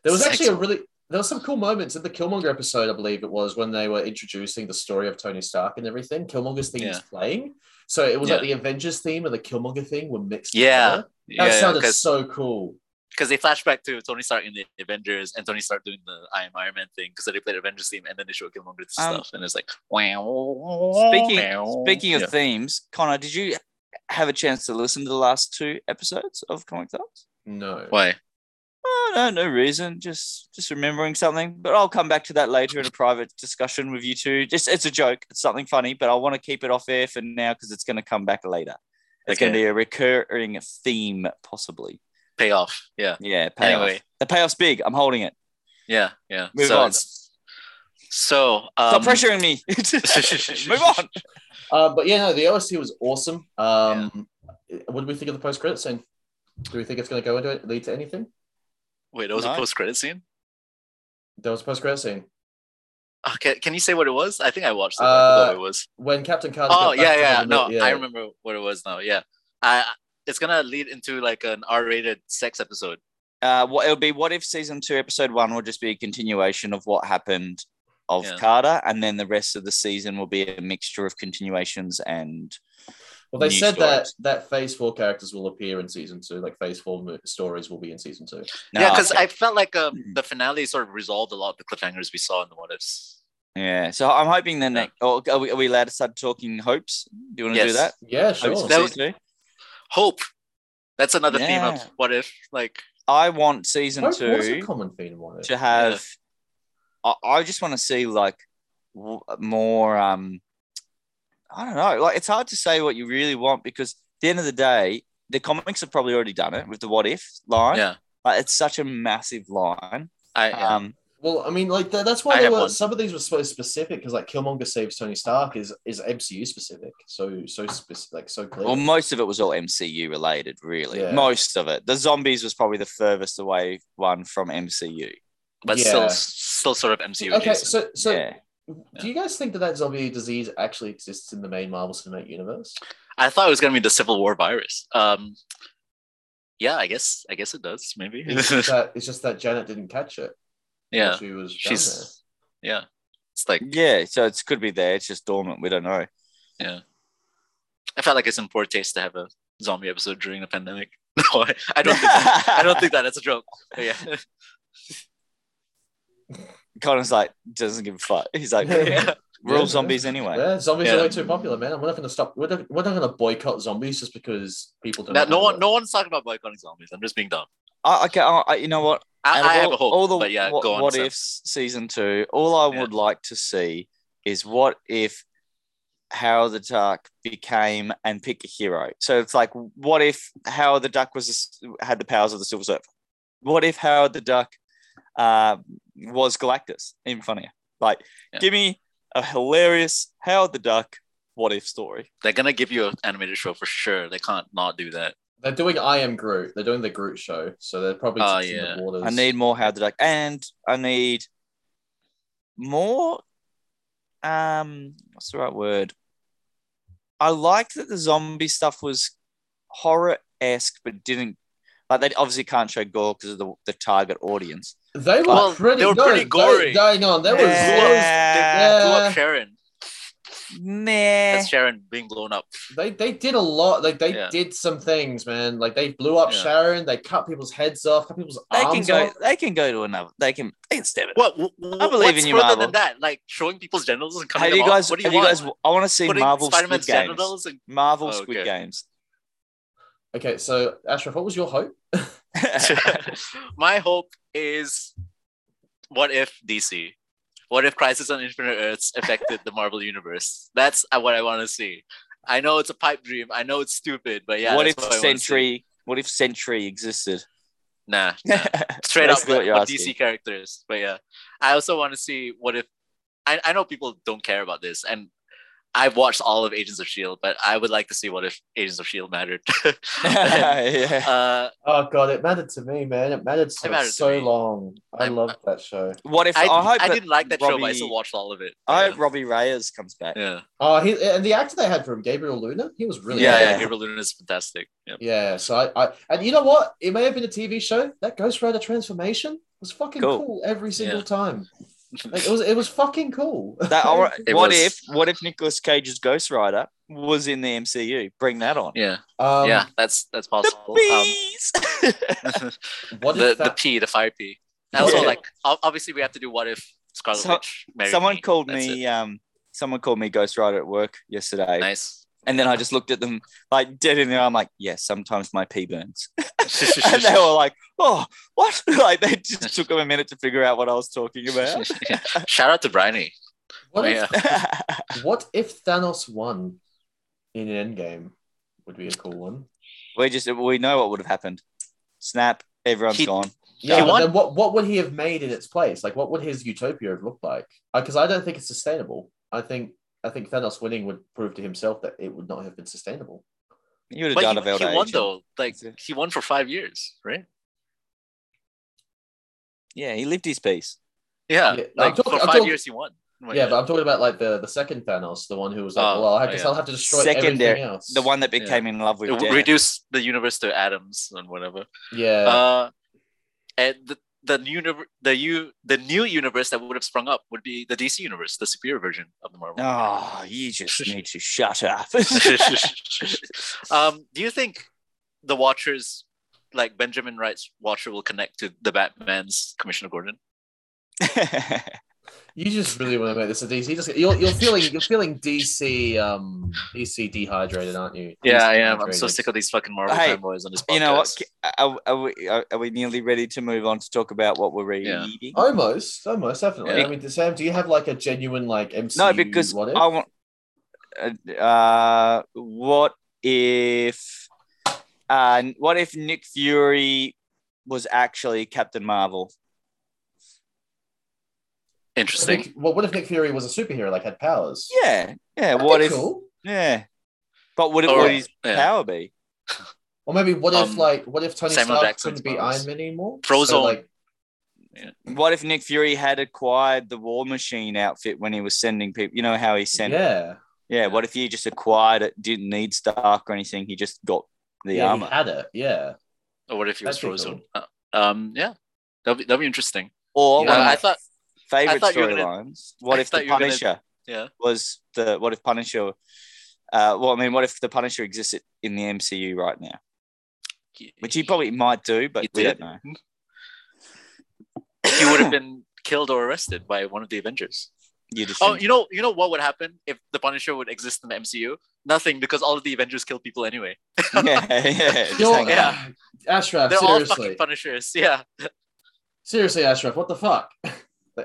S1: there was
S3: Sex-
S1: actually a really there was some cool moments in the Killmonger episode, I believe it was when they were introducing the story of Tony Stark and everything. Killmonger's theme
S3: Yeah.
S1: was playing, so it was
S3: Yeah.
S1: like the Avengers theme and the Killmonger thing were mixed.
S3: Yeah.
S1: together. that
S3: Yeah,
S1: sounded
S3: because
S1: so cool.
S3: they flash back to Tony Stark in the Avengers and Tony Stark doing the I am Iron Man thing because they played Avengers theme and then they show Killmonger to
S2: Um,
S3: stuff and it's like wow.
S2: Speaking-
S1: Um,
S3: wow.
S2: Speaking of
S3: Yeah.
S2: themes, Connor, did you have a chance to listen to the last two episodes of Comic Talks?
S1: No,
S3: why?
S2: Oh, no, no reason. Just just remembering something. But I'll come back to that later in a private discussion with you two. Just it's a joke. It's something funny, but I want to keep it off air for now because it's going to come back later. It's going to
S3: Okay.
S2: be a recurring theme, possibly.
S3: Pay off. Yeah.
S2: Yeah, payoff.
S3: Anyway.
S2: The payoff's big. I'm holding it.
S3: Yeah. Yeah.
S2: Move
S3: so
S2: on.
S3: it's- so
S2: Stop
S3: um,
S2: pressuring me.
S3: <laughs>
S2: <laughs> Move on.
S1: uh, but yeah, no, the OST was awesome. Um, What do we think of the post credit scene? Do we think it's going to go into it, lead to anything?
S3: Wait, that was a
S2: No.
S3: post credit scene.
S1: There was a post credit scene
S3: Okay, can you say what it was? I think I watched it. but I
S1: Uh,
S3: forgot what it was.
S1: when Captain Carter. got
S3: oh
S1: back
S3: yeah
S1: to
S3: yeah
S1: the-
S3: no i remember what it was now yeah i it's gonna lead into like an r-rated sex episode
S2: Uh, what it'll be? What if season two, episode one, will just be a continuation of what happened of
S3: Yeah.
S2: Carter, and then the rest of the season will be a mixture of continuations and
S1: Well, they
S2: new
S1: said that
S2: stories.
S1: that Phase Four characters will appear in season two. Like Phase Four mo- stories will be in season two.
S3: yeah because
S2: okay.
S3: i felt like um,
S2: Mhm.
S3: the finale sort of resolved a lot of the cliffhangers we saw in the what ifs
S2: yeah. So I'm hoping then.
S3: Yeah.
S2: that Oh, are, we, are we allowed to start talking hopes? Do you want to do
S3: Yes.
S2: that?
S1: Yeah, sure.
S2: Hopes for
S3: That was-
S2: season two?
S3: hope that's another theme
S2: Yeah.
S3: of what if like
S2: I want season
S1: Hope
S2: two.
S1: was a common theme in one of it.
S2: to have I, I just want to see like w- more um i don't know like it's hard to say what you really want because at the end of the day the comics have probably already done it with the what if line
S3: yeah
S2: like, it's such a massive line
S3: i yeah.
S2: um
S1: Well, I mean, like tha- that's
S3: I
S1: why they
S3: have
S1: were,
S3: one.
S1: some of these were so specific because like Killmonger saves Tony Stark is is MCU specific. So so specific, like so clear.
S2: well most of it was all mcu related really
S1: Yeah.
S2: most of it the zombies was probably the furthest away one from mcu
S3: but
S1: yeah.
S3: still still sort of mcu
S1: okay,
S3: adjacent.
S1: so so
S2: yeah
S1: do you guys think that that zombie disease actually exists in the main Marvel Cinematic Universe?
S3: i thought it was gonna be the civil war virus um yeah i guess i guess it does
S2: <laughs>
S3: maybe
S1: It's just that it's just that Janet didn't catch it. while
S3: yeah
S1: she was down there.
S3: she's yeah it's like
S2: yeah so it could be there it's just dormant we don't know
S3: I felt like it's in poor taste to have a zombie episode during the pandemic. <laughs> No, I, I don't.
S2: <laughs>
S3: Think that, I don't think that. That's a joke. But yeah,
S2: connor's like doesn't give a fuck he's
S1: <laughs>
S2: like
S3: <laughs>
S1: Yeah.
S2: we're all
S1: Yeah.
S2: zombies anyway
S1: Yeah, zombies
S3: Yeah.
S1: are way too popular, man. We're not going to stop. We're not, we're not going to boycott zombies just because people don't.
S3: no, no
S1: know
S3: one,
S1: it.
S3: no one's talking about boycotting zombies. I'm just being dumb.
S2: I, okay, I, I- you know what? Out
S3: I,
S2: of
S3: I
S2: all,
S3: have a hope,
S2: all the
S3: but yeah,
S2: what,
S3: go on.
S2: what
S3: Sam.
S2: ifs season two. All I
S3: Yeah.
S2: would like to see is what if Howard the Duck became and pick a hero. So it's like, what if Howard the Duck was a s had the powers of the Silver Surfer? What if Howard the Duck uh, was Galactus? Even funnier. Like,
S3: Yeah.
S2: give me a hilarious Howard the Duck what if story.
S3: They're gonna give you an animated show for sure. They can't not do that.
S1: They're doing I Am Groot. They're doing the Groot show, so they're probably
S3: Oh,
S1: testing
S3: yeah.
S1: the waters.
S2: I need more Howard the Duck, and I need more. Um, what's the right word? I liked that the zombie stuff was horror esque, but didn't like they obviously can't show gore because of the, the target audience.
S1: They were
S3: Well,
S1: pretty.
S3: they were
S1: no,
S3: pretty gory.
S1: They, hang on, they were
S2: Yeah.
S3: They
S2: Uh,
S3: blew
S1: Yeah.
S3: up Sharon.
S2: Nah,
S3: That's Sharon being blown up.
S1: They they did a lot. Like they
S3: Yeah.
S1: did some things, man. Like they blew up
S3: Yeah.
S1: Sharon. They cut people's heads off. Cut people's
S2: they can
S1: arms
S2: go.
S1: off.
S2: They can go to another. They can. They can step it. up.
S3: What? w- w-
S2: I believe
S3: what's
S2: in you,
S3: further
S2: Marvel.
S3: than that? Like showing people's genitals and cutting
S2: Have you
S3: them off?
S2: guys?
S3: What do you
S2: have you
S3: want?
S2: guys? I want to see
S3: Putting
S2: Marvel
S3: Spider-Man's
S2: Squid Games.
S3: genitals and
S2: Marvel
S3: Oh,
S2: Squid
S3: okay.
S2: Games. <laughs>
S1: Okay, so Ashraf, what was your hope?
S3: <laughs> my hope is what if DC? What if Crisis on Infinite Earths affected the Marvel Universe? That's uh, what I want to see. I know it's a pipe dream. I know it's stupid, but yeah.
S2: what
S3: that's
S2: if
S3: I wanna see.
S2: Sentry? What if Sentry existed? <laughs>
S3: Nah, nah. straight up
S2: Basically what
S3: like,
S2: you're
S3: what
S2: asking.
S3: DC characters. But yeah, I also want to see what if. I, I know people don't care about this, and I've watched all of Agents of Shield, but I would like to see what if Agents of Shield E mattered. <laughs>
S2: <laughs> yeah.
S3: uh,
S1: Oh god, it mattered to me, man. It mattered so,
S3: It mattered to
S1: so
S3: me.
S1: long. I
S3: I'm-
S1: loved that show.
S2: What if I,
S3: I,
S2: hope
S3: I
S2: that
S3: didn't like that show, but I
S2: Robbie-
S3: still watched all of it.
S2: I
S3: yeah.
S2: hope Robbie Reyes comes back.
S3: yeah,
S1: Oh, he and the actor they had for him, Gabriel Luna, he was really
S3: yeah,
S1: good.
S3: yeah,
S2: Yeah.
S3: Gabriel Luna is fantastic. Yep.
S1: Yeah, so I, I and you know what? It may have been a TV show. That Ghost Rider transformation was fucking
S2: Cool.
S1: cool, every single
S3: Yeah. <laughs>
S1: time. Like it was it was fucking cool.
S2: That I wa-
S3: It
S2: what
S3: was-
S2: if what if Nicolas Cage's Ghost Rider was in the MCU? Bring that on.
S3: Yeah,
S1: Um,
S3: yeah, that's that's
S2: The
S3: possible. Um,
S2: bees. <laughs>
S1: What
S3: the,
S1: if
S3: the
S1: that,
S3: P, the fire P. And also,
S2: Yeah.
S3: like, ob- obviously, we have to do what if Scarlet
S2: So-
S3: Witch married
S2: someone
S3: me.
S2: called
S3: That's
S2: me
S3: it.
S2: um someone called me Ghost Rider at work yesterday.
S3: Nice.
S2: And then I just looked at them like dead in the eye. I'm like, yes, sometimes my pee
S3: <laughs>
S2: burns. <laughs> and they were like, oh, what? <laughs> like they just took them a minute to figure out what I was talking
S3: <laughs>
S2: about. <laughs>
S3: Shout out to Briny. Oh,
S1: what, if,
S3: yeah.
S1: what if Thanos won in an endgame? Would be a cool one.
S2: we just we know what would have happened. Snap, everyone's
S3: He-
S2: gone.
S1: Yeah,
S3: He
S1: but
S3: won-
S1: then what what would he have made in its place? Like, what would his utopia have looked like? Because I don't think it's sustainable. I think I think Thanos winning would prove to himself that it would not have been sustainable.
S2: You would have
S3: But
S2: died
S3: he,
S2: of old
S3: he
S2: age.
S3: won
S2: and-
S3: though. Like
S2: That's it.
S3: he won for five years, right?
S2: Yeah, he lived his piece.
S3: Yeah.
S1: Yeah, I'm
S3: like
S1: talking-
S3: for
S1: I'm
S3: five
S1: talking-
S3: years he won. Like,
S1: yeah, but I'm talking about like the the second Thanos, the one who was like,
S3: Oh,
S1: "Well, I
S3: oh,
S1: guess
S3: yeah.
S1: I'll have to destroy
S2: Secondary-
S1: everything else."
S2: The one that
S3: Yeah.
S2: became in love with
S3: it
S2: death.
S3: reduced the universe to atoms and whatever.
S1: yeah,
S3: Uh, and the the new univ- the you the new universe that would have sprung up would be the DC universe, the superior version of the Marvel.
S2: Oh, you just
S1: <laughs>
S2: need to shut up.
S3: <laughs> um, do you think the Watchers, like Benjamin Wright's Watcher, will connect to the Batman's Commissioner Gordon?
S1: you just really want to make this a DC. Just, you're, you're feeling you're feeling DC um DC dehydrated, aren't you?
S3: Yeah, I
S1: DC
S3: am. I'm so
S1: dehydrated.
S3: sick of these fucking Marvel
S2: Hey,
S3: fanboys on this podcast.
S2: you know what? Are, are, we, are, are we nearly ready to move on to talk about what we're
S3: Yeah.
S2: reading?
S1: Almost, almost, definitely.
S3: Yeah.
S1: I mean, Sam, do you have like a genuine like MCU?
S2: No, because
S1: what if?
S2: I want. Uh, what if? Uh, what if Nick Fury was actually Captain Marvel?
S3: Interesting.
S1: Nick- well, what if Nick Fury was a superhero, like had powers?
S2: Yeah, yeah.
S1: That'd
S2: what
S1: be
S2: if?
S1: Cool.
S2: Yeah, but would it
S3: Or-
S2: would his
S3: yeah.
S2: power be?
S1: Or maybe what if
S3: Um,
S1: like what if Tony
S3: Samuel
S1: Stark
S3: Jackson's
S1: couldn't be
S3: powers.
S1: Iron Man anymore?
S3: Frozone.
S1: So, like,
S2: What if Nick Fury had acquired the War Machine outfit when he was sending people? You know how he sent. Yeah.
S1: yeah,
S2: what if he just acquired it? Didn't need Stark or anything. He just got the
S1: yeah, he
S2: armor.
S1: had it. Yeah,
S3: Or what if he was
S1: That'd be
S3: frozen? Uh, um, yeah, that'd be, that'd be interesting.
S2: Or
S3: Yeah,
S2: one of
S3: Uh, I
S2: my
S3: thought, I
S2: favorite
S3: thought you were gonna-
S2: storylines. What
S3: I
S2: if the
S3: thought you were gonna-
S2: Punisher?
S3: yeah,
S2: was the what if Punisher? Uh, well, I mean, what if the Punisher exists in the MCU right now? Which he probably might do, but
S3: He
S2: we
S3: did.
S2: don't know.
S3: he would have been killed or arrested by one of the Avengers.
S2: You just
S3: Oh,
S2: think- <laughs>
S3: you know, you know what would happen if the Punisher would exist in the MCU? Nothing, because all of the Avengers kill people anyway.
S2: yeah, yeah. just
S1: You're-
S2: hang on.
S1: yeah. <sighs> Ashraf,
S3: They're all
S1: Uh, seriously,
S3: fucking Punishers. Yeah,
S1: seriously, Ashraf, what the
S2: <laughs>
S1: fuck?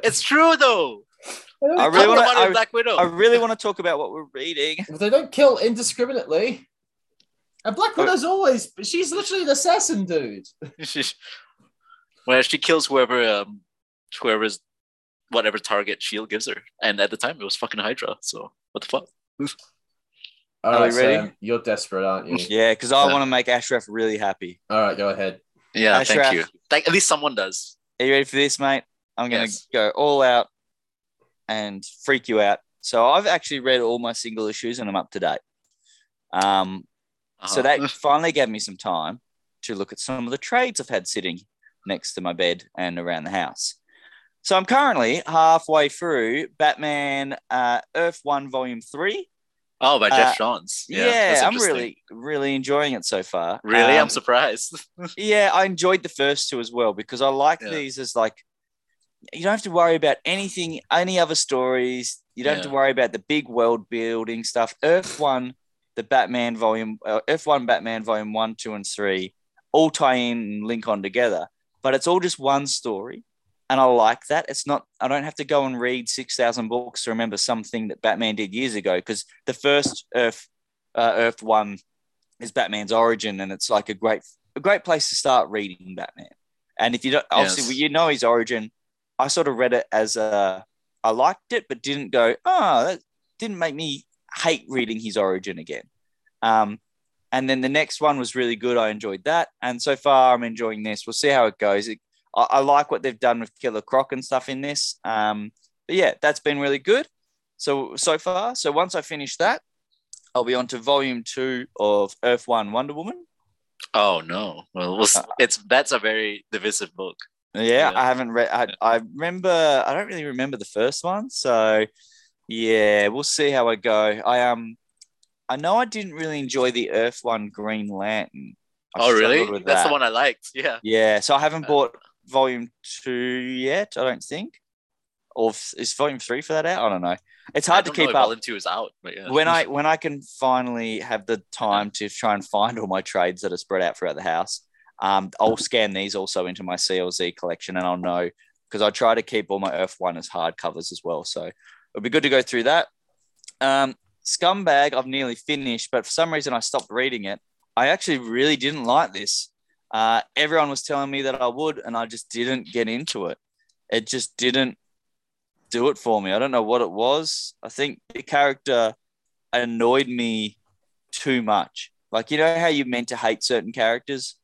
S3: it's true though.
S2: I
S3: Talk
S2: really wanna-
S3: about it,
S2: I-
S3: Black Widow. <laughs>
S2: I really want to talk about what we're reading.
S1: If they don't kill indiscriminately. And Black
S2: But-
S1: Widow's always she's literally an assassin, dude.
S3: Where she kills whoever, um, whoever's whatever target Shield gives her, and at the time it was fucking Hydra. So what the fuck?
S1: All
S2: Are we
S1: right,
S2: ready?
S1: Sam, you're desperate, aren't you?
S2: Yeah, because I
S3: Yeah.
S2: want to make Ashraf really happy.
S1: All right, go ahead.
S3: Yeah,
S2: Ashraf.
S3: thank you. Like, at least someone does.
S2: Are you ready for this, mate? I'm gonna
S3: Yes.
S2: go all out and freak you out. So I've actually read all my single issues and I'm up to date. Um, So
S3: Uh-huh. <laughs>
S2: that finally gave me some time to look at some of the trades I've had sitting next to my bed and around the house. So I'm currently halfway through Batman uh, Earth One Volume Three.
S3: oh, by
S2: uh,
S3: Jeff Johns. Yeah,
S2: Yeah,
S3: that's
S2: I'm
S3: interesting.
S2: really, really enjoying it so far.
S3: Really,
S2: Um,
S3: I'm surprised. <laughs>
S2: <laughs> yeah, I enjoyed the first two as well because I like
S3: Yeah.
S2: these as like you don't have to worry about anything, any other stories. You don't have to
S3: Yeah.
S2: worry about the big world building stuff. Earth One, the Batman volume, uh, Earth One, Batman volume one, two, and three all tie in and link on together, but it's all just one story. And I like that. It's not, I don't have to go and read 6,000 books to remember something that Batman did years ago because the first Earth, uh, Earth One is Batman's origin, and it's like a great a great place to start reading Batman. And if you don't, obviously,
S3: Yes.
S2: well, you know his origin. I uh, sort of read it as a, I liked it, but "Ah, didn't go, oh, that didn't make me hate reading his origin again. Um, and then the next one was really good. I enjoyed that. And so far, I'm enjoying this. We'll see how it goes. It, I, I like what they've done with Killer Croc and stuff in this. Um, but yeah, that's been really good. So so far, so once I finish that, I'll be on to volume two of Earth One Wonder Woman.
S3: Oh no. Well, we'll s-
S2: uh,
S3: it's that's a very divisive book.
S2: Yeah,
S3: Yeah.
S2: I haven't read. I, I remember. I don't really remember the first one, so yeah, we'll see how I go. I um, I know I didn't really enjoy the Earth one, Green Lantern. I
S3: oh really?
S2: struggled with
S3: That's
S2: that.
S3: the one I liked. Yeah.
S2: Yeah, so I haven't
S3: Uh,
S2: bought volume two yet. I don't think, or f- is volume three for that out? I don't know. It's hard
S3: I
S2: to
S3: don't know
S2: keep
S3: if
S2: up
S3: Volume two is out, but yeah.
S2: when I when I can finally have the time to try and find all my trades that are spread out throughout the house, um, I'll scan these also into my CLZ collection, and I'll know because I try to keep all my Earth One as hard covers as well. So it'll be good to go through that. Um, Scumbag, I've nearly finished, but for some reason I stopped reading it. I actually really didn't like this. Uh, everyone was telling me that I would, and I just didn't get into it. It just didn't do it for me. I don't know what it was. I think the character annoyed me too much. Like, you know how you meant to hate certain characters?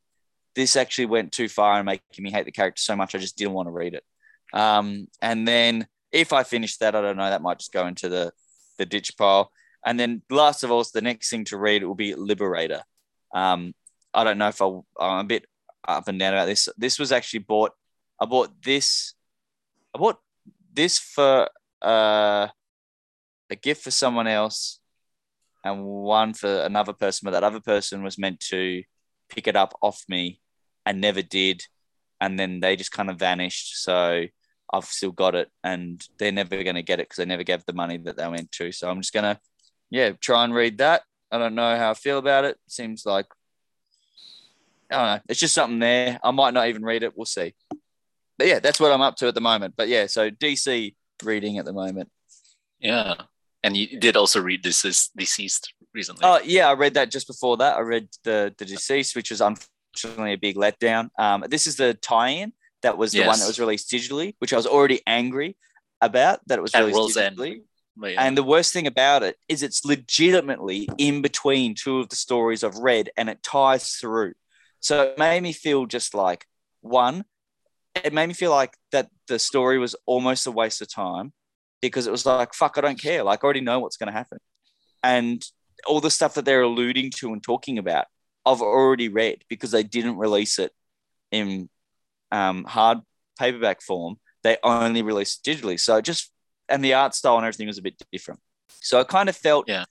S2: This actually went too far and making me hate the character so much I just didn't want to read it. Um, and then if I finish that, I don't know, that might just go into the, the ditch pile. And then last of all, the next thing to read will be Liberator. Um, I don't know if I'll, I'm a bit up and down about this. This was actually bought, I bought this, I bought this for uh, a gift for someone else and one for another person, but that other person was meant to pick it up off me and never did. And then they just kind of vanished. So I've still got it and they're never going to get it because they never gave the money that they went to. So I'm just going to, yeah, try and read that. I don't know how I feel about it. Seems like, I don't know. It's just something there. I might not even read it. We'll see. But yeah, that's what I'm up to at the moment. But yeah, so DC reading at the moment.
S3: <laughs> yeah. And you did also read this is deceased recently.
S2: Oh yeah, I read that just before that. I read the the deceased, which was unfortunately a big letdown. Um, this is the tie-in that was the one
S3: Yes.
S2: that was released digitally, which I was already angry about that it was
S3: At
S2: released
S3: world's end.
S2: digitally.
S3: but yeah.
S2: And the worst thing about it is it's legitimately in between two of the stories I've read and it ties through. So it made me feel just like one, it made me feel like that the story was almost a waste of time because it was like, fuck, I don't care. Like, I already know what's going to happen. And all the stuff that they're alluding to and talking about, I've already read because they didn't release it in um, hard paperback form. They only released it digitally. So it just and the art style and everything was a bit different. So I kind of felt
S3: Yeah.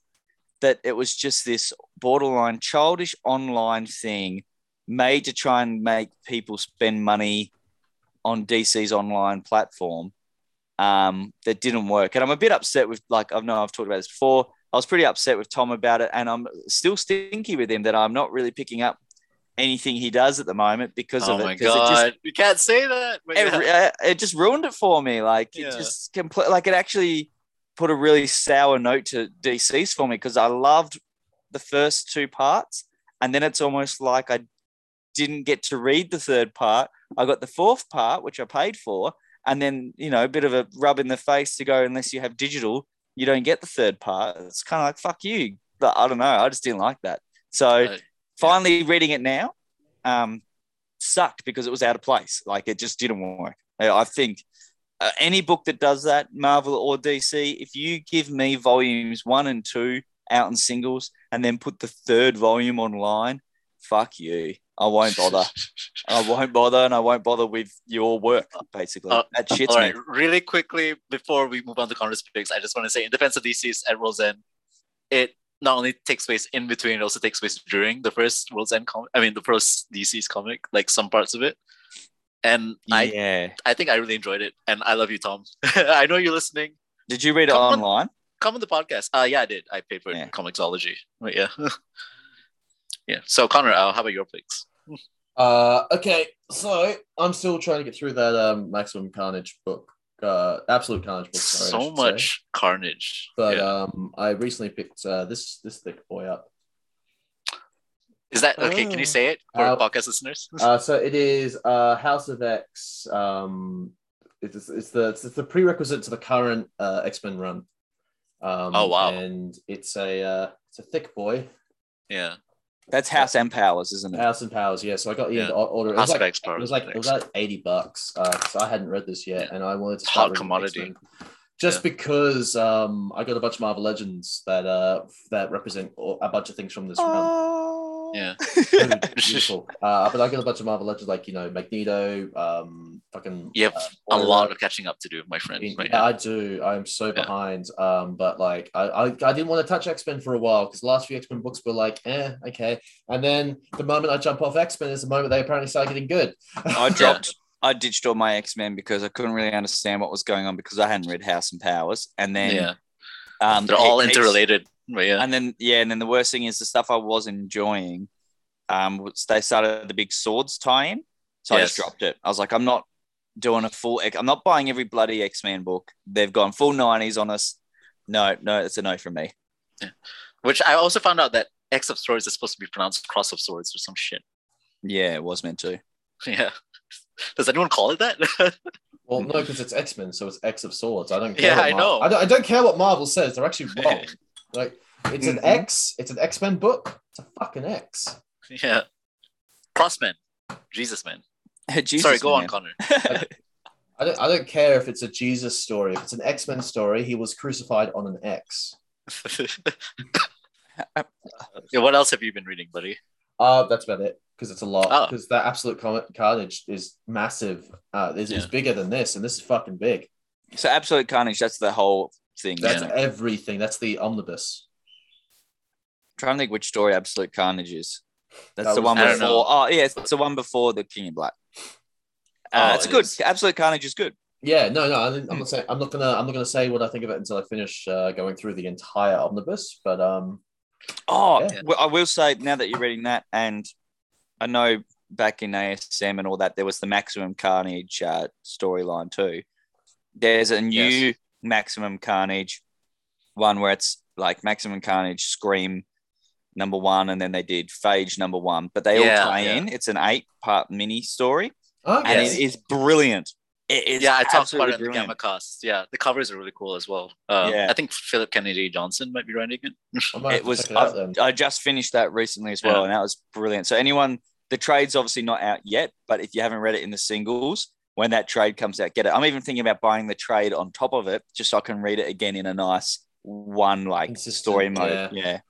S2: that it was just this borderline childish online thing made to try and make people spend money on DC's online platform um, that didn't work. And I'm a bit upset with, like, I know I've talked about this before. I was pretty upset with Tom about it, and I'm still stinky with him that I'm not really picking up anything he does at the moment because
S3: oh
S2: of it.
S3: my
S2: 'cause it just-
S3: god. you can't say that. but
S2: it,
S3: yeah.
S2: re- uh, it just ruined it for me. Like
S3: Yeah.
S2: it just complete. Like it actually put a really sour note to DC's for me because I loved the first two parts, and then it's almost like I didn't get to read the third part. I got the fourth part, which I paid for, and then you know a bit of a rub in the face to go unless you have digital, you don't get the third part. It's kind of like fuck you. But I don't know. I just didn't like that. So
S3: Uh,
S2: finally reading it now um, sucked because it was out of place. Like it just didn't work. I I think uh, any book that does that, Marvel or DC, if you give me volumes one and two out in singles and then put the third volume online, fuck you. I won't
S3: <laughs>
S2: bother. I won't bother, and I won't bother with your work. Basically,
S3: Uh,
S2: that shits
S3: All right,
S2: me.
S3: really quickly before we move on to Congress picks, I just want to say, in defense of DC's at World's End, it not only takes place in between, it also takes place during the first World's End comic. I mean, the first DC's comic, like some parts of it. And I,
S2: yeah.
S3: I think I really enjoyed it, and I love you, Tom. <laughs> I know you're listening.
S2: Did you read it
S3: Come on.
S2: online?
S3: Come on the podcast. Uh, yeah, I did. I paid for
S2: Yeah.
S3: Comixology. But yeah, <laughs> yeah. So Connor, uh, how about your picks?
S1: Uh, okay, so I'm still trying to get through that um, Maximum Carnage book, uh, Absolute Carnage book. Sorry, I
S3: so
S1: should say.
S3: much carnage.
S1: But
S3: Yeah.
S1: um, I recently picked uh, this this thick boy up.
S3: Is that okay? Can you
S2: Oh.
S3: say it for
S1: Uh,
S3: podcast listeners?
S1: Uh, so it is uh, House of X. Um, it's, it's the it's the prerequisite to the current uh, X Men run. Um,
S3: Oh, wow.
S1: And it's a uh, it's a thick boy,
S3: Yeah.
S2: That's House and Powers, isn't it?
S1: Alison Powers. Yeah, so I got Ian
S3: Yeah.
S1: to or- order. It was,
S3: House of
S1: like,
S3: X
S1: it was like it was like eighty bucks. Uh, so I hadn't read this yet,
S3: Yeah.
S1: and I wanted to
S3: It's
S1: start
S3: hot
S1: reading
S3: commodity.
S1: X-Men. Just
S3: Yeah.
S1: because um, I got a bunch of Marvel Legends that uh, that represent all- a bunch of things from this run.
S2: Oh.
S3: Yeah. <laughs>
S1: Really beautiful. Uh, but I got a bunch of Marvel Legends like you know Magneto, um, fucking.
S3: You have
S1: uh,
S3: a
S1: Aura.
S3: lot of catching up to do, my friend.
S1: Yeah,
S3: Right
S1: I do. I'm so
S3: Yeah.
S1: behind. Um, but like I, I, I didn't want to touch X Men for a while because the last few X Men books were like, eh, okay. And then the moment I jump off X Men is the moment they apparently start getting good.
S2: I dropped. I ditched all my X Men because I couldn't really understand what was going on because I hadn't read House and Powers, and
S3: now.
S2: then
S3: yeah.
S2: um,
S3: They're all
S2: it takes-
S3: interrelated. But yeah.
S2: And then yeah, and then the worst thing is the stuff I was enjoying. Um, was they started the big swords tie-in, so I just
S3: Yes.
S2: dropped it. I was like, I'm not doing a full. X- I'm not buying every bloody X Men book. They've gone full '90s on us. No, no, it's a no from me.
S3: Which I also found out that X of Swords is supposed to be pronounced Cross of Swords or some shit. <laughs>
S2: Yeah, it was meant to. <laughs>
S3: Yeah. Does anyone call it that? <laughs>
S1: Well, no, because it's X Men, so it's X of Swords. I don't care.
S3: Yeah,
S1: what
S3: I
S1: Mar-
S3: know.
S1: I don't, I don't care what Marvel says. They're actually
S3: <laughs>
S1: wrong. like it's an
S2: Mhm.
S1: X. It's an X Men book. It's a fucking X.
S3: yeah. Crossman. Jesus man.
S2: Jesus,
S3: Sorry, go on,
S2: man. <laughs>
S3: Connor.
S1: I don't, I don't care if it's a Jesus story. If it's an X Men story, he was crucified on an X.
S2: Uh,
S3: yeah, what else have you been reading, buddy?
S1: Uh, that's about it because it's a lot
S3: Oh.
S1: because that absolute Car- carnage is massive. Uh, is, is
S3: Yeah.
S1: bigger than this, and this is fucking big.
S2: so absolute carnage. That's the whole thing.
S1: That's
S2: yeah.
S1: everything. That's the omnibus.
S2: trying to think which story absolute carnage is. That's
S1: That
S2: the
S1: was-
S2: one
S3: I
S2: before.
S3: don't know.
S2: Oh yeah, it's the one before the King of Black. Uh,
S3: Oh,
S2: it's
S3: it
S2: good.
S3: is.
S2: Absolute carnage is good.
S1: Yeah, no, no. I didn't, I'm not saying. I'm not gonna. I'm not gonna say what I think of it until I finish uh, going through the entire omnibus. But um,
S2: Oh,
S1: Yeah.
S2: well, I will say now that you're reading that, and I know back in ASM and all that, there was the Maximum Carnage uh, storyline too. There's a new
S3: Yes.
S2: Maximum Carnage one where it's like Maximum Carnage, Scream number one, and then they did Phage number one, but they
S3: Yeah,
S2: all tie
S3: yeah.
S2: in. It's an eight part mini story,
S1: okay.
S2: and
S3: Yes.
S2: it is brilliant. It is
S3: yeah, I talked about
S2: absolutely
S3: it in the
S2: brilliant.
S3: Gamma cast. Yeah, the covers are really cool as well. Um,
S2: Yeah.
S3: I think Philip Kennedy Johnson might be writing it.
S1: I might have
S2: it
S1: to
S2: was
S1: check it
S2: I've-
S1: out then.
S2: I just finished that recently as well,
S3: Yeah.
S2: and that was brilliant. So anyone, the trade's obviously not out yet, but if you haven't read it in the singles, when that trade comes out, get it. I'm even thinking about buying the trade on top of it, just so I can read it again in a nice one like
S1: Consistent,
S2: story mode.
S1: yeah.
S2: Yeah.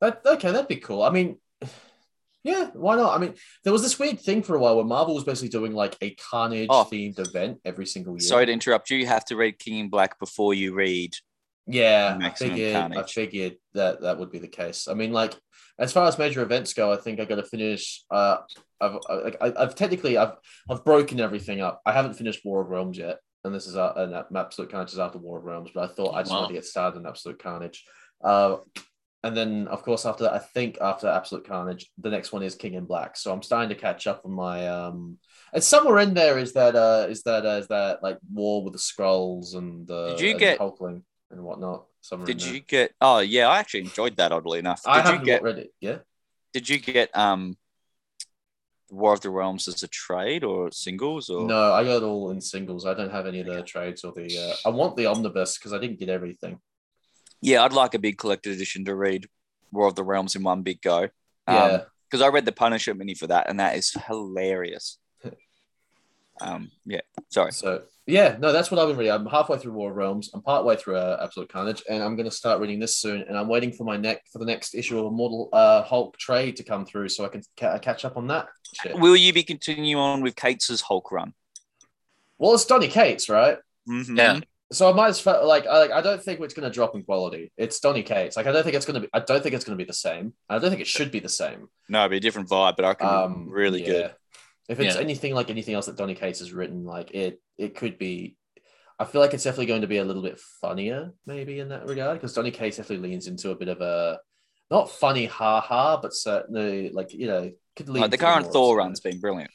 S1: That, okay, that'd be cool. I mean, <sighs> yeah, why not? I mean, there was this weird thing for a while where Marvel was basically doing like a carnage
S2: Oh.
S1: themed event every single year.
S2: Sorry to interrupt you. You have to read King in Black before you read.
S1: Yeah, I
S2: Maximum
S1: figured, I
S2: carnage.
S1: figured that that would be the case. I mean, like as far as major events go, I think I got to finish. Uh, I've I, like, I- I've technically I've I've broken everything up. I haven't finished War of Realms yet, and this is uh, an a- absolute carnage is after War of Realms. But I thought I just
S3: Wow.
S1: wanted to get started in absolute carnage. Uh, and then of course after that, I think after absolute carnage, the next one is King in Black. So I'm starting to catch up on my um. And somewhere in there is that uh is that uh, is that like war with the scrolls and uh,
S2: Did you
S1: and
S2: get-
S1: Hulkling and whatnot. Somewhere
S2: Did
S1: in there.
S2: you get? Oh yeah, I actually enjoyed that. Oddly enough, did
S1: I
S2: you
S1: haven't
S2: get?
S1: read it. Yeah,
S2: Did you get um, War of the Realms as a trade or singles or?
S1: no, I got it all in singles. I don't have any of the
S2: Okay.
S1: trades or the. Uh, I want the omnibus because I didn't get everything.
S2: Yeah, I'd like a big collected edition to read War of the Realms in one big go.
S1: Yeah,
S2: Because I read the Punisher mini for that, and that is
S1: <laughs>
S2: hilarious. um, yeah, sorry.
S1: so yeah, no, that's what I've been reading. I'm halfway through War of Realms. I'm partway through uh, Absolute Carnage, and I'm going to start reading this soon. And I'm waiting for my neck for the next issue of Immortal uh, Hulk trade to come through so I can ca- catch up on that. Shit.
S2: Will you be continuing on with Kate's Hulk run?
S1: Well, it's Donny Cates, right?
S2: Mhm.
S3: Yeah.
S1: So I might as well like I, like, I don't think it's going to drop in quality. It's Donny Cates. Like I don't think it's going to be. I don't think it's going to be the same. I don't think it should be the same.
S2: No, it'd be a different vibe, but I can
S1: um
S2: really
S1: yeah.
S2: good.
S1: if it's
S3: Yeah.
S1: anything like anything else that donny cates has written like it it could be i feel like it's definitely going to be a little bit funnier maybe in that regard because donny cates definitely leans into a bit of a not funny ha ha but certainly like you know could lean
S2: Like, the
S1: to more
S2: current
S1: of
S2: Thor
S1: something.
S2: run's been brilliant.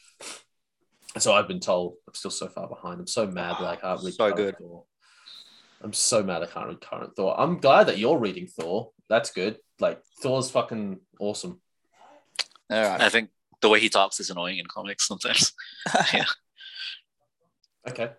S1: so i've been told i'm still so far behind i'm so mad that i can't read
S2: <sighs> So
S1: current
S2: good.
S1: Thor. i'm so mad i can't read current thor i'm glad that you're reading thor that's good like thor's fucking awesome <laughs>
S2: All right.
S3: I think the way he talks is annoying in comics sometimes. <laughs>
S1: okay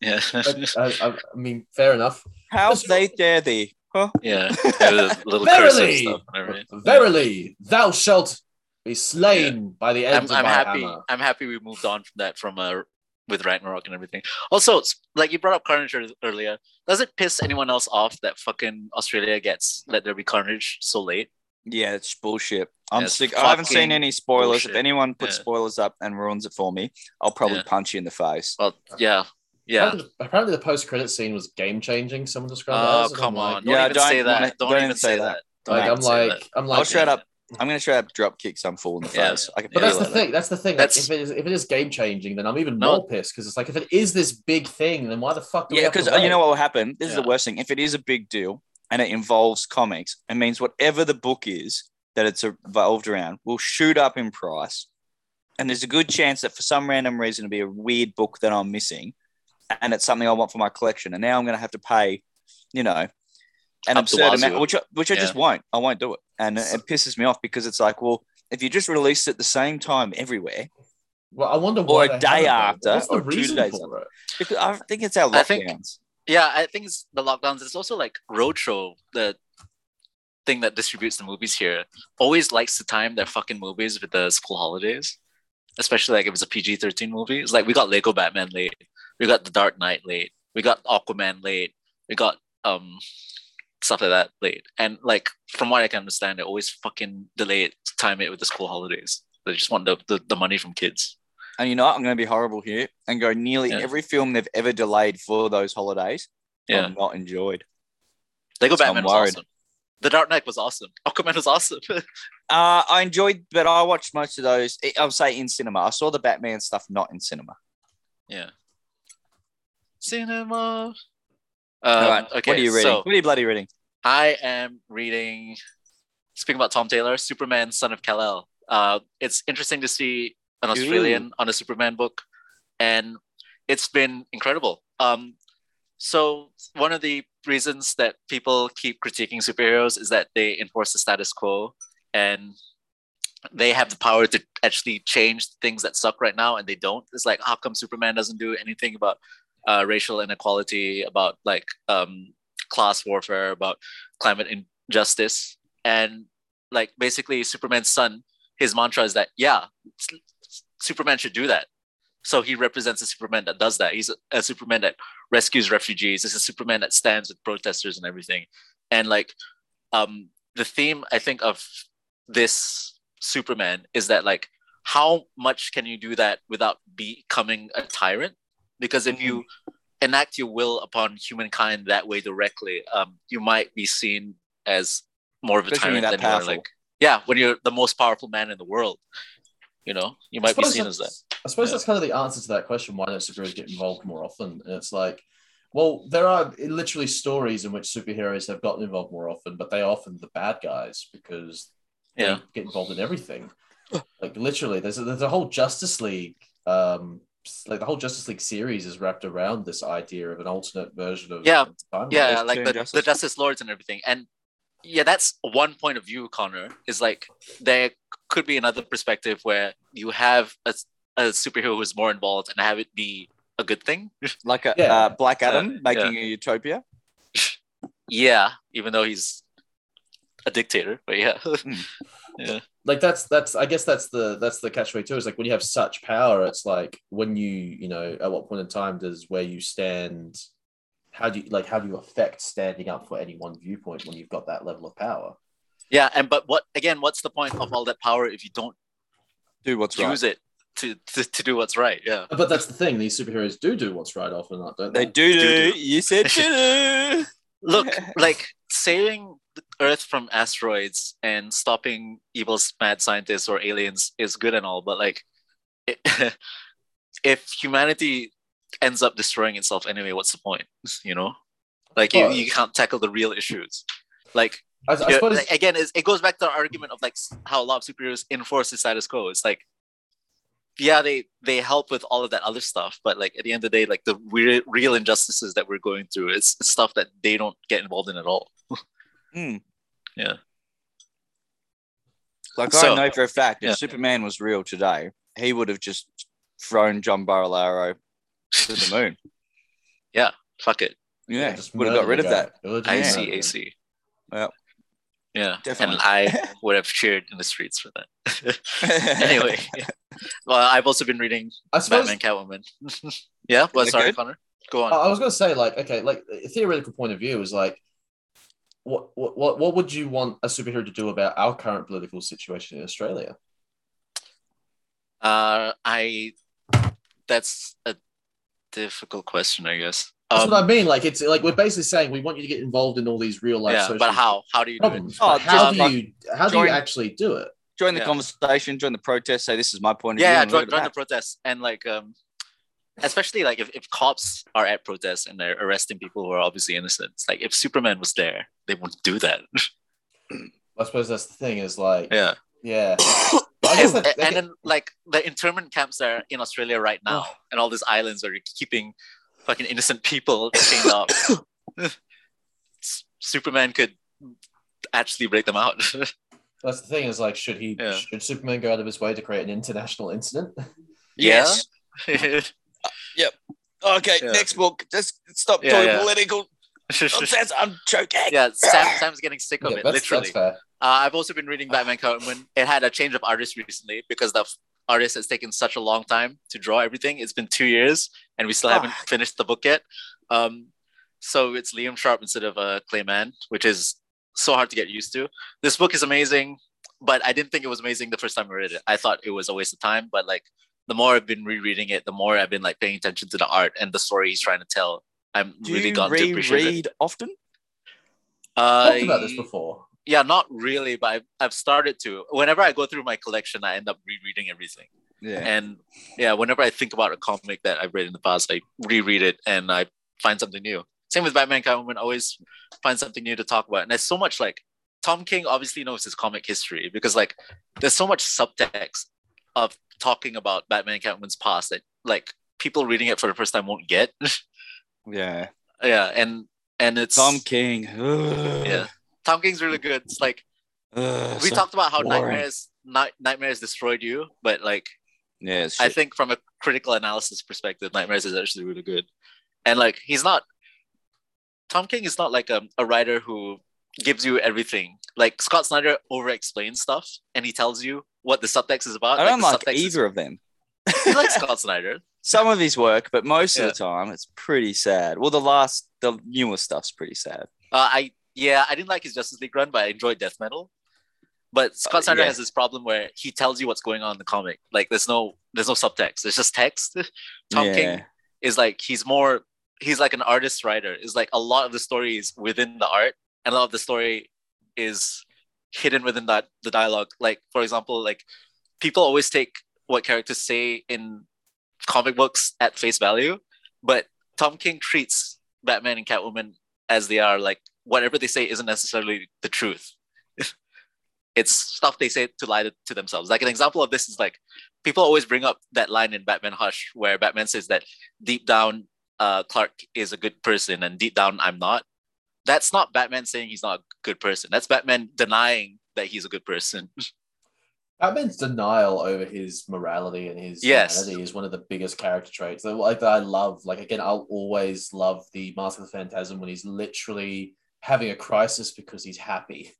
S3: Yeah.
S1: <laughs> uh, I, I, I mean fair enough
S2: <laughs> How
S1: Listen-
S2: they dare thee?
S3: <laughs>
S2: <laughs>
S3: Yeah. the little
S1: Verily!
S3: cursive stuff. whatever.
S1: Verily, thou shalt be slain by the
S3: I'm,
S1: end of
S3: I'm
S1: my
S3: happy.
S1: hammer.
S3: I'm happy we moved on from that from uh, with Ragnarok and everything. Also, it's- like you brought up Carnage ear- earlier, does it piss anyone else off that fucking Australia gets Let There Be Carnage so late?
S2: Yeah, it's bullshit. I'm
S3: It's
S2: sick. I haven't seen
S3: fucking
S2: any spoilers. If
S3: bullshit.
S2: anyone puts
S3: Yeah.
S2: spoilers up and ruins it for me, I'll probably
S3: Yeah.
S2: punch you in the face.
S3: Well, yeah, yeah.
S1: Apparently, apparently the post-credit scene was game-changing. Someone described it
S3: Oh
S1: as, and I'm
S3: come
S1: like-
S3: on! Don't
S2: Yeah,
S3: even
S2: don't-
S3: say that.
S2: don't-
S3: don't,
S2: don't
S3: even say that. Oh, Don't
S1: Like,
S3: even
S1: I'm
S3: say
S1: like,
S3: that.
S1: I'm
S2: I'll
S1: like,
S2: straight up. I'm gonna straight up drop kick some fool in the
S3: Yeah.
S2: face. I can
S1: But
S2: feel
S1: that's the
S2: that.
S1: thing. That's the thing. Like,
S3: That's-
S1: if, it is, if it is game changing, then I'm even
S3: No.
S1: more pissed because it's like if it is this big thing, then why the fuck? Do we
S2: Yeah,
S1: have to
S2: because you
S1: wait?
S2: know what will happen. This is
S3: Yeah.
S2: the worst thing. If it is a big deal and it involves comics, it means whatever the book is that it's evolved around will shoot up in price. And there's a good chance that for some random reason it'll be a weird book that I'm missing, and it's something I want for my collection. And now I'm going to have to pay, you know, an
S3: Up the
S2: absurd
S3: wazoo.
S2: amount, which I, which I just won't. I won't do it, and it, it pisses me off because it's like, well, if you just released it the same time everywhere,
S1: Well, I wonder
S2: Or
S1: why
S2: a
S1: they
S2: day
S1: haven't done it.
S2: after,
S1: What's the
S2: or two
S1: reason
S2: days
S1: for it?
S2: because I think it's our lockdowns.
S3: I think- Yeah, I think it's the lockdowns. It's also like Roadshow, the thing that distributes the movies here, always likes to time their fucking movies with the school holidays. Especially like if it's a PG thirteen movie. It's like we got Lego Batman late, we got The Dark Knight late, we got Aquaman late, we got um stuff like that late. And like from what I can understand, they always fucking delay it, time it with the school holidays. They just want the, the, the money from kids.
S2: and you know what? I'm going to be horrible here and go nearly
S3: Yeah.
S2: every film they've ever delayed for those holidays.
S3: Yeah.
S2: I've not enjoyed.
S3: Lego
S2: So I'm
S3: Batman was
S2: worried.
S3: awesome. The Dark Knight was awesome. Aquaman was awesome. <laughs>
S2: Uh, I enjoyed, but I watched most of those. I- I'll say in cinema. I saw the Batman stuff not in cinema.
S3: Yeah. Cinema. Um,
S2: All right.
S3: Okay.
S2: what are you reading?
S3: So
S2: what are you bloody reading?
S3: I am reading. Speaking about Tom Taylor, Superman, Son of Kal El. Uh, it's interesting to see an Australian on a Superman book, and it's been incredible. Um, so one of the reasons that people keep critiquing superheroes is that they enforce the status quo, and they have the power to actually change things that suck right now, and they don't. It's like how come Superman doesn't do anything about uh, racial inequality, about like um, class warfare, about climate injustice. And like basically, Superman's son, his mantra is that, yeah, s- s- Superman should do that. So he represents a Superman that does that. He's a, a Superman that rescues refugees. This is Superman that stands with protesters and everything. And like um, the theme, I think, of this Superman is that like, how much can you do that without becoming a tyrant? Because if you enact your will upon humankind that way directly, um, you might be seen as more of a
S2: Especially when
S3: tyrant
S2: you're
S3: than
S2: that
S3: you are,
S2: powerful.
S3: like yeah, when you're the most powerful man in the world, you know, you might be seen as that.
S1: that's- I suppose
S3: Yeah.
S1: that's kind of the answer to that question: why don't superheroes get involved more often? And it's like, well, there are literally stories in which superheroes have gotten involved more often, but they are often the bad guys because they
S3: Yeah,
S1: get involved in everything. Like literally, there's a, there's a whole Justice League, um, s- like the whole Justice League series is wrapped around this idea of an alternate version of
S3: Yeah.
S1: timeline.
S3: yeah,
S2: there's
S3: like
S2: two
S3: the, the
S2: injustices.
S3: Justice Lords and everything. And yeah, that's one point of view, Connor, is like there could be another perspective where you have a, a superhero who's more involved and have it be a good thing.
S2: Like a
S1: Yeah.
S2: uh, Black Adam
S3: Yeah.
S2: making a utopia.
S3: yeah, even though he's a dictator, but yeah. <laughs>
S1: like that's that's I guess that's the that's the catchway too. Is like when you have such power, it's like when you you know at what point in time does where you stand, how do you like how do you affect standing up for any one viewpoint when you've got that level of power?
S3: yeah, and but what again, what's the point of all that power if you don't
S2: Do what's right.
S3: use it to, to, to do what's right? Yeah.
S1: But that's the thing; these superheroes do do what's right often, don't
S2: They
S1: they?
S2: do
S3: Do
S2: do.
S3: do.
S2: You
S3: <laughs>
S2: said do.
S3: look like saving the earth from asteroids and stopping evil s- mad scientists or aliens is good and all but like it, <laughs> if humanity ends up destroying itself anyway what's the point you know like you,
S1: course.
S3: you can't tackle the real issues like,
S1: I, I
S3: you-
S1: suppose
S3: like, again it's, it goes back to the argument of like s- how a lot of superheroes enforce the status quo it's like yeah they they help with all of that other stuff but like at the end of the day like the re- real injustices that we're going through it's it's stuff that they don't get involved in at all
S2: Hmm.
S3: Yeah.
S2: Like I
S3: So-
S2: know for a fact, if
S3: Yeah.
S2: Superman was real today, he would have just thrown John Barilaro to
S3: <laughs>
S2: the moon.
S3: fuck it.
S2: Yeah,
S1: just
S2: would have got
S1: murder the
S2: rid of
S1: guy.
S2: that.
S1: It would just
S3: I
S1: murder
S3: see,
S1: him.
S3: AC. Yeah.
S2: Definitely.
S3: And I would have cheered in the streets for that. anyway, well, I've also been reading
S1: I suppose
S3: Batman Catwoman. <laughs> yeah, well,
S2: Is it
S3: sorry,
S2: good?
S3: Connor. Go on.
S1: I I was going to say, like, okay, like a theoretical point of view is like, what, what, what, what would you want a superhero to do about our current political situation in Australia?
S3: Uh, I that's a difficult question, I guess.
S1: That's
S3: Um,
S1: what I mean. Like, it's like we're basically saying we want you to get involved in all these real life
S3: yeah,
S1: social
S3: but how how do you do it?
S1: problems.
S2: Oh,
S1: But how
S2: just
S1: do
S2: like
S1: you how do you
S2: join-
S1: actually do it?
S2: join the
S3: Yeah.
S2: conversation, join the protest. Say this is my point of
S3: Yeah, yeah,
S2: view. and
S3: join,
S2: look
S3: join the
S2: at
S3: protests and like um, especially like if, if cops are at protests and they're arresting people who are obviously innocent. It's like if Superman was there, they wouldn't do that.
S1: I suppose that's the thing. Is like, yeah.
S3: yeah,
S1: <laughs>
S3: <coughs>
S1: I guess
S3: and,
S1: that-
S3: and then like the internment camps that are in Australia right now, and all these islands where you're keeping fucking innocent people chained up. S- Superman could actually break them out. <laughs>
S1: That's the thing. Is like, should he?
S3: Yeah.
S1: Should Superman go out of his way to create an international incident?
S2: Yes.
S3: yeah.
S2: <laughs> Okay,
S3: Yeah.
S2: next book. Just stop
S3: Yeah,
S2: doing
S3: yeah. <laughs>
S2: political nonsense. I'm joking.
S3: <laughs> yeah, Sam, Sam's getting sick of
S1: Yeah,
S3: it,
S1: that's,
S3: literally.
S1: that's fair.
S3: uh, I've also been reading Batman Catwoman. It had a change of artist recently because the f- artist has taken such a long time to draw everything. It's been two years and we still
S2: Ah.
S3: haven't finished the book yet. Um, so it's Liam Sharp instead of uh, Clayman, which is so hard to get used to. This book is amazing, but I didn't think it was amazing the first time I read it. I thought it was a waste of time, but like the more I've been rereading it, the more I've been like paying attention to the art and the story he's trying to tell. I'm
S2: Do
S3: really
S2: you
S3: gotten to appreciate it.
S2: reread often?
S3: Uh,
S1: Talked about this before.
S3: yeah, not really, but I've, I've started to. Whenever I go through my collection, I end up rereading everything.
S2: Yeah.
S3: And yeah, whenever I think about a comic that I've read in the past, I reread it and I find something new. Same with Batman Catwoman, I always find something new to talk about. And there's so much like Tom King obviously knows his comic history because like there's so much subtext of talking about Batman Catwoman's past that like people reading it for the first time won't get. <laughs>
S2: Yeah.
S3: yeah, and and it's
S2: Tom King. <sighs> Ugh.
S3: yeah. Tom King's really good. It's like
S2: Ugh,
S3: we
S2: so-
S3: talked about how
S2: boring.
S3: nightmares night, nightmares destroyed you but like
S2: Yeah, it's
S3: i
S2: shit.
S3: think from a critical analysis perspective nightmares is actually really good and like he's not tom king is not like a, a writer who gives you everything like scott snyder over explains stuff and he tells you what the subtext is about
S2: I don't like,
S3: the subtext is-
S2: either of them.
S3: <laughs>
S2: <laughs>
S3: he likes scott snyder
S2: Some of his work, but most
S3: Yeah.
S2: of the time it's pretty sad. Well, the last, the newer stuff's pretty sad.
S3: Uh, I yeah, I didn't like his Justice League run, but I enjoyed Death Metal. But Scott Snyder
S2: Oh, yeah.
S3: has this problem where he tells you what's going on in the comic. Like there's no there's no subtext. It's just text. <laughs> Tom
S2: yeah.
S3: King is like he's more he's like an artist writer. Is like a lot of the story is within the art, and a lot of the story is hidden within that the dialogue. Like for example, like people always take what characters say in comic books at face value, but Tom King treats Batman and Catwoman as they are. Like whatever they say isn't necessarily the truth. <laughs> it's stuff they say to lie to, to themselves. Like an example of this is like people always bring up that line in Batman Hush where Batman says that deep down uh, Clark is a good person and deep down I'm not. That's not Batman saying he's not a good person. That's Batman denying that he's a good person. <laughs>
S1: Batman's denial over his morality and his
S3: Yes.
S1: humanity is one of the biggest character traits that, like, that I love. Like again, I'll always love the Mask of the Phantasm when he's literally having a crisis because he's happy.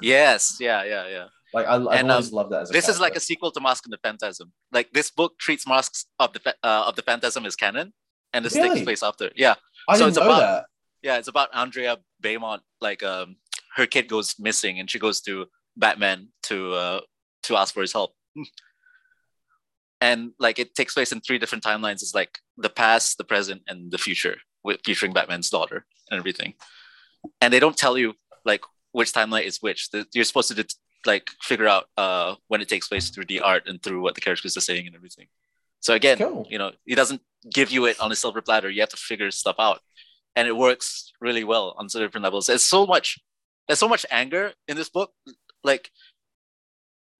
S3: yes, yeah, yeah, yeah.
S1: Like I, I've
S3: And, um,
S1: always loved that. As a
S3: this is like a
S1: character.
S3: sequel to Mask and the Phantasm. Like this book treats Masks of the Pha- uh, of the Phantasm as canon, and this
S1: Really?
S3: takes place after. Yeah,
S1: I
S3: so
S1: didn't
S3: it's
S1: know
S3: about-
S1: that.
S3: yeah. It's about Andrea Beaumont. Like um, her kid goes missing, and she goes to Batman to uh, to ask for his help. <laughs> and like it takes place in three different timelines. It's like the past, the present, and the future, with featuring Batman's daughter and everything. And they don't tell you like which timeline is which. The- You're supposed to det- like figure out uh, when it takes place through the art and through what the characters are saying and everything. So again,
S1: Cool.
S3: you know, he doesn't give you it on a silver platter. You have to figure stuff out, and it works really well on so different levels. There's so much, there's so much anger in this book. Like,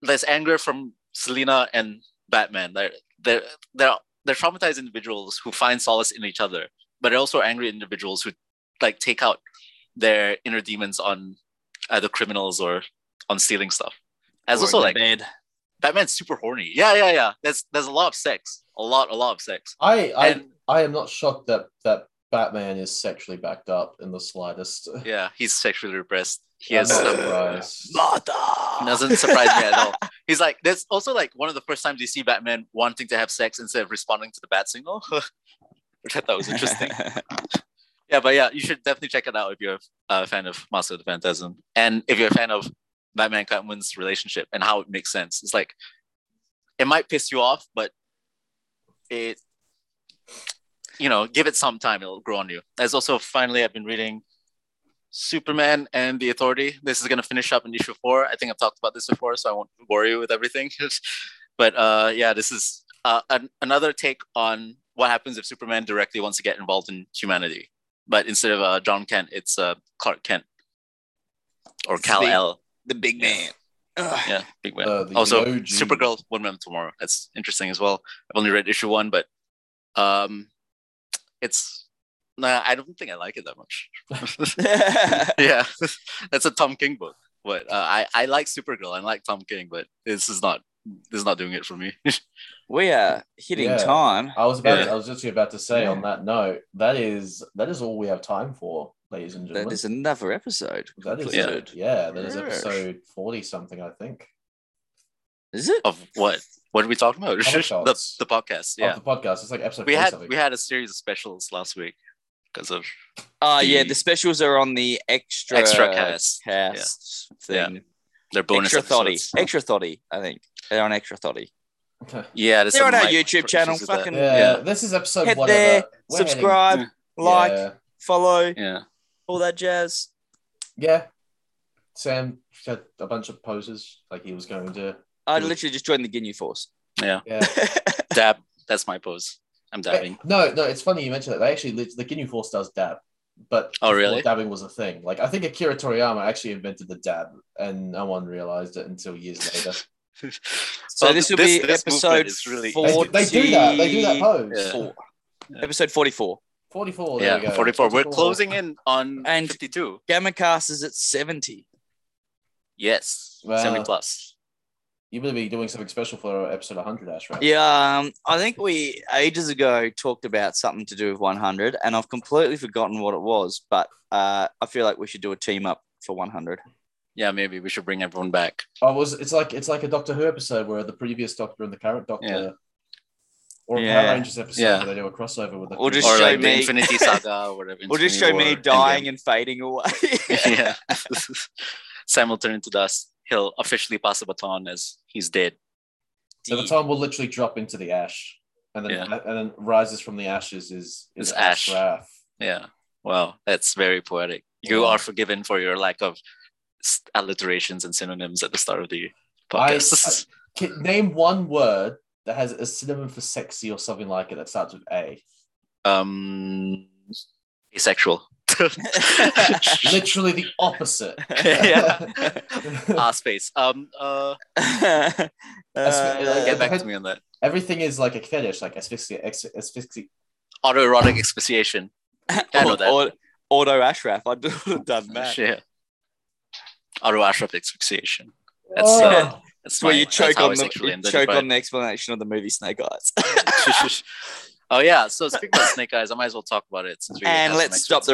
S3: there's anger from Selina and Batman. They're they're they're they're traumatized individuals who find solace in each other, but they're also angry individuals who like take out their inner demons on either criminals or on stealing stuff. As
S2: Or
S3: also
S2: the
S3: like
S2: bed.
S3: Batman's super horny. Yeah, yeah, yeah. There's there's a lot of sex. A lot, a lot of sex.
S1: I, I,
S3: and
S1: I am not shocked that that Batman is sexually backed up in the slightest.
S3: Yeah, he's sexually repressed. He
S1: <laughs> I'm
S3: has.
S1: not
S3: Um,
S1: surprised.
S2: <laughs>
S3: doesn't surprise me at all. He's like, that's also like one of the first times you see Batman wanting to have sex instead of responding to the bat signal, <laughs> which I thought
S2: <laughs>
S3: was interesting. yeah, but yeah, you should definitely check it out if you're a fan of Master of the Phantasm and if you're a fan of Batman and Catwoman's relationship and how it makes sense. It's like, it might piss you off, but it, you know, give it some time, it'll grow on you. There's also finally, I've been reading Superman and the Authority. This is gonna finish up in issue four. I think I've talked about this before, so I won't bore you with everything. <laughs> but uh, yeah, this is uh, an- another take on what happens if Superman directly wants to get involved in humanity. But instead of uh, John Kent, it's uh, Clark Kent or
S2: It's
S3: Cal
S2: the-
S3: L.
S2: the big man. Ugh.
S3: Yeah, big win.
S1: Uh, the
S3: also,
S1: OG.
S3: Supergirl, One Man Tomorrow. That's interesting as well. I've only read issue one, but um, it's nah, I don't think I like it that much. <laughs>
S2: <laughs>
S3: yeah, <laughs> that's a Tom King book. But uh, I I like Supergirl. I like Tom King, but this is not this is not doing it for me. <laughs>
S2: we are hitting
S1: Yeah.
S2: time.
S1: I was about.
S3: Yeah.
S1: I was just about to say
S2: Yeah.
S1: on that note. That is that is all we have time for, ladies and gentlemen.
S2: That is another episode.
S1: That is
S3: Yeah.
S1: it. yeah. That is
S2: Yes.
S1: episode forty something, I think.
S2: Is it?
S3: of what? What are we talking about?
S1: Comic
S3: <laughs> the,
S1: shots.
S3: the podcast.
S1: Yeah.
S3: Yeah,
S1: Of the podcast, it's like episode.
S3: we
S1: 40
S3: had
S1: something.
S3: we had a series of specials last week because of
S2: Oh, yeah.
S3: The-
S2: The specials are on the extra
S3: extra cast.
S2: cast
S3: Yeah.
S2: thing.
S3: Their bonus
S2: extra thirty.
S3: episodes.
S2: Extra thirty. I think they're on extra thirty.
S3: <laughs> Yeah, there's
S2: They're
S3: some
S2: on our
S3: mic
S2: YouTube channel.
S3: issues with that.
S1: <laughs>
S2: Fucking
S1: yeah, This is episode
S2: Head
S1: whatever.
S2: there,
S1: We're heading-
S2: subscribe, like,
S1: Yeah.
S2: follow,
S3: yeah.
S2: all that jazz.
S1: yeah. Sam had a bunch of poses like he was going to.
S2: I
S3: Mm-hmm.
S1: Cool.
S2: literally just joined the Ginyu Force.
S1: Yeah.
S3: dab. That's my pose. I'm <laughs> dabbing.
S1: No, no, it's funny you mentioned that. They actually lit- the Ginyu Force does dab, but
S3: Oh,
S1: before
S3: really?
S1: dabbing was a thing. Like I think Akira Toriyama actually invented the dab, and no one realized it until years
S3: <laughs>
S1: later.
S2: So
S3: Well,
S2: this will be episode
S3: Oh, movement is really
S1: they, they do that. They do that pose.
S3: Yeah.
S2: Four.
S3: Yeah.
S2: Episode forty-four.
S1: Forty-four. There we
S3: yeah,
S1: go.
S3: 44. We're closing in on
S2: And-
S3: 52.
S2: Gamacast is at seventy.
S3: Yes,
S1: Wow.
S3: 70 plus.
S1: You better be doing something special for episode one hundred, Ash. Right?
S2: Yeah, um, I think we ages ago talked about something to do with 100, and I've completely forgotten what it was. But uh, I feel like we should do a team up for 100.
S3: Yeah, maybe we should bring everyone back.
S1: Oh, was it's like it's like a Doctor Who episode where the previous Doctor and the current Doctor,
S3: Yeah.
S1: or a
S2: Yeah.
S1: Power Rangers episode
S3: Yeah.
S1: where they do a crossover with the.
S2: Or just
S3: or
S2: show
S3: like the
S2: me- <laughs>
S3: Infinity Saga or whatever.
S2: We'll just
S3: Infinity
S2: show
S3: War,
S2: me
S3: Endgame.
S2: dying and fading
S3: <laughs>
S2: away.
S3: yeah. <laughs> Sam will turn into dust. He'll officially pass the baton as he's dead.
S1: So the time will literally drop into the ash, and then
S3: Yeah.
S1: and then rises from the ashes is is
S3: Is
S1: ash.
S3: ash.
S1: Wrath.
S3: Yeah. Wow. That's very poetic. You
S1: Yeah.
S3: are forgiven for your lack of s- alliterations and synonyms at the start of the
S1: I-
S3: <laughs> podcast.
S1: Can, name one word that has a synonym for sexy or something like it that starts with A.
S3: um,
S2: <laughs>
S3: asexual.
S1: Literally the opposite.
S3: <laughs> yeah. Ah, space. Um, uh,
S2: Uh,
S1: Uh,
S3: get back
S1: depend-
S3: to me on that.
S1: <laughs> Everything is like a fetish, like asphyxia, ex- asphyxia.
S3: Autoerotic
S2: <laughs>
S3: asphyxiation. I know that. Oh,
S2: or- Auto Ashraf, I would <laughs> have done that.
S3: Yeah. Autoerotic asphyxiation. That's,
S1: Oh,
S3: uh, That's
S2: It's where
S3: my-
S2: you
S3: that's
S2: choke
S3: how I
S2: on the
S3: sexually
S2: you choke
S3: identify.
S2: on the explanation of the movie Snake Eyes. <laughs>
S3: <laughs> oh yeah. So speaking about Snake Eyes, I might as well talk about it. Since we
S2: and
S3: have some
S2: let's stop
S3: experts.
S2: the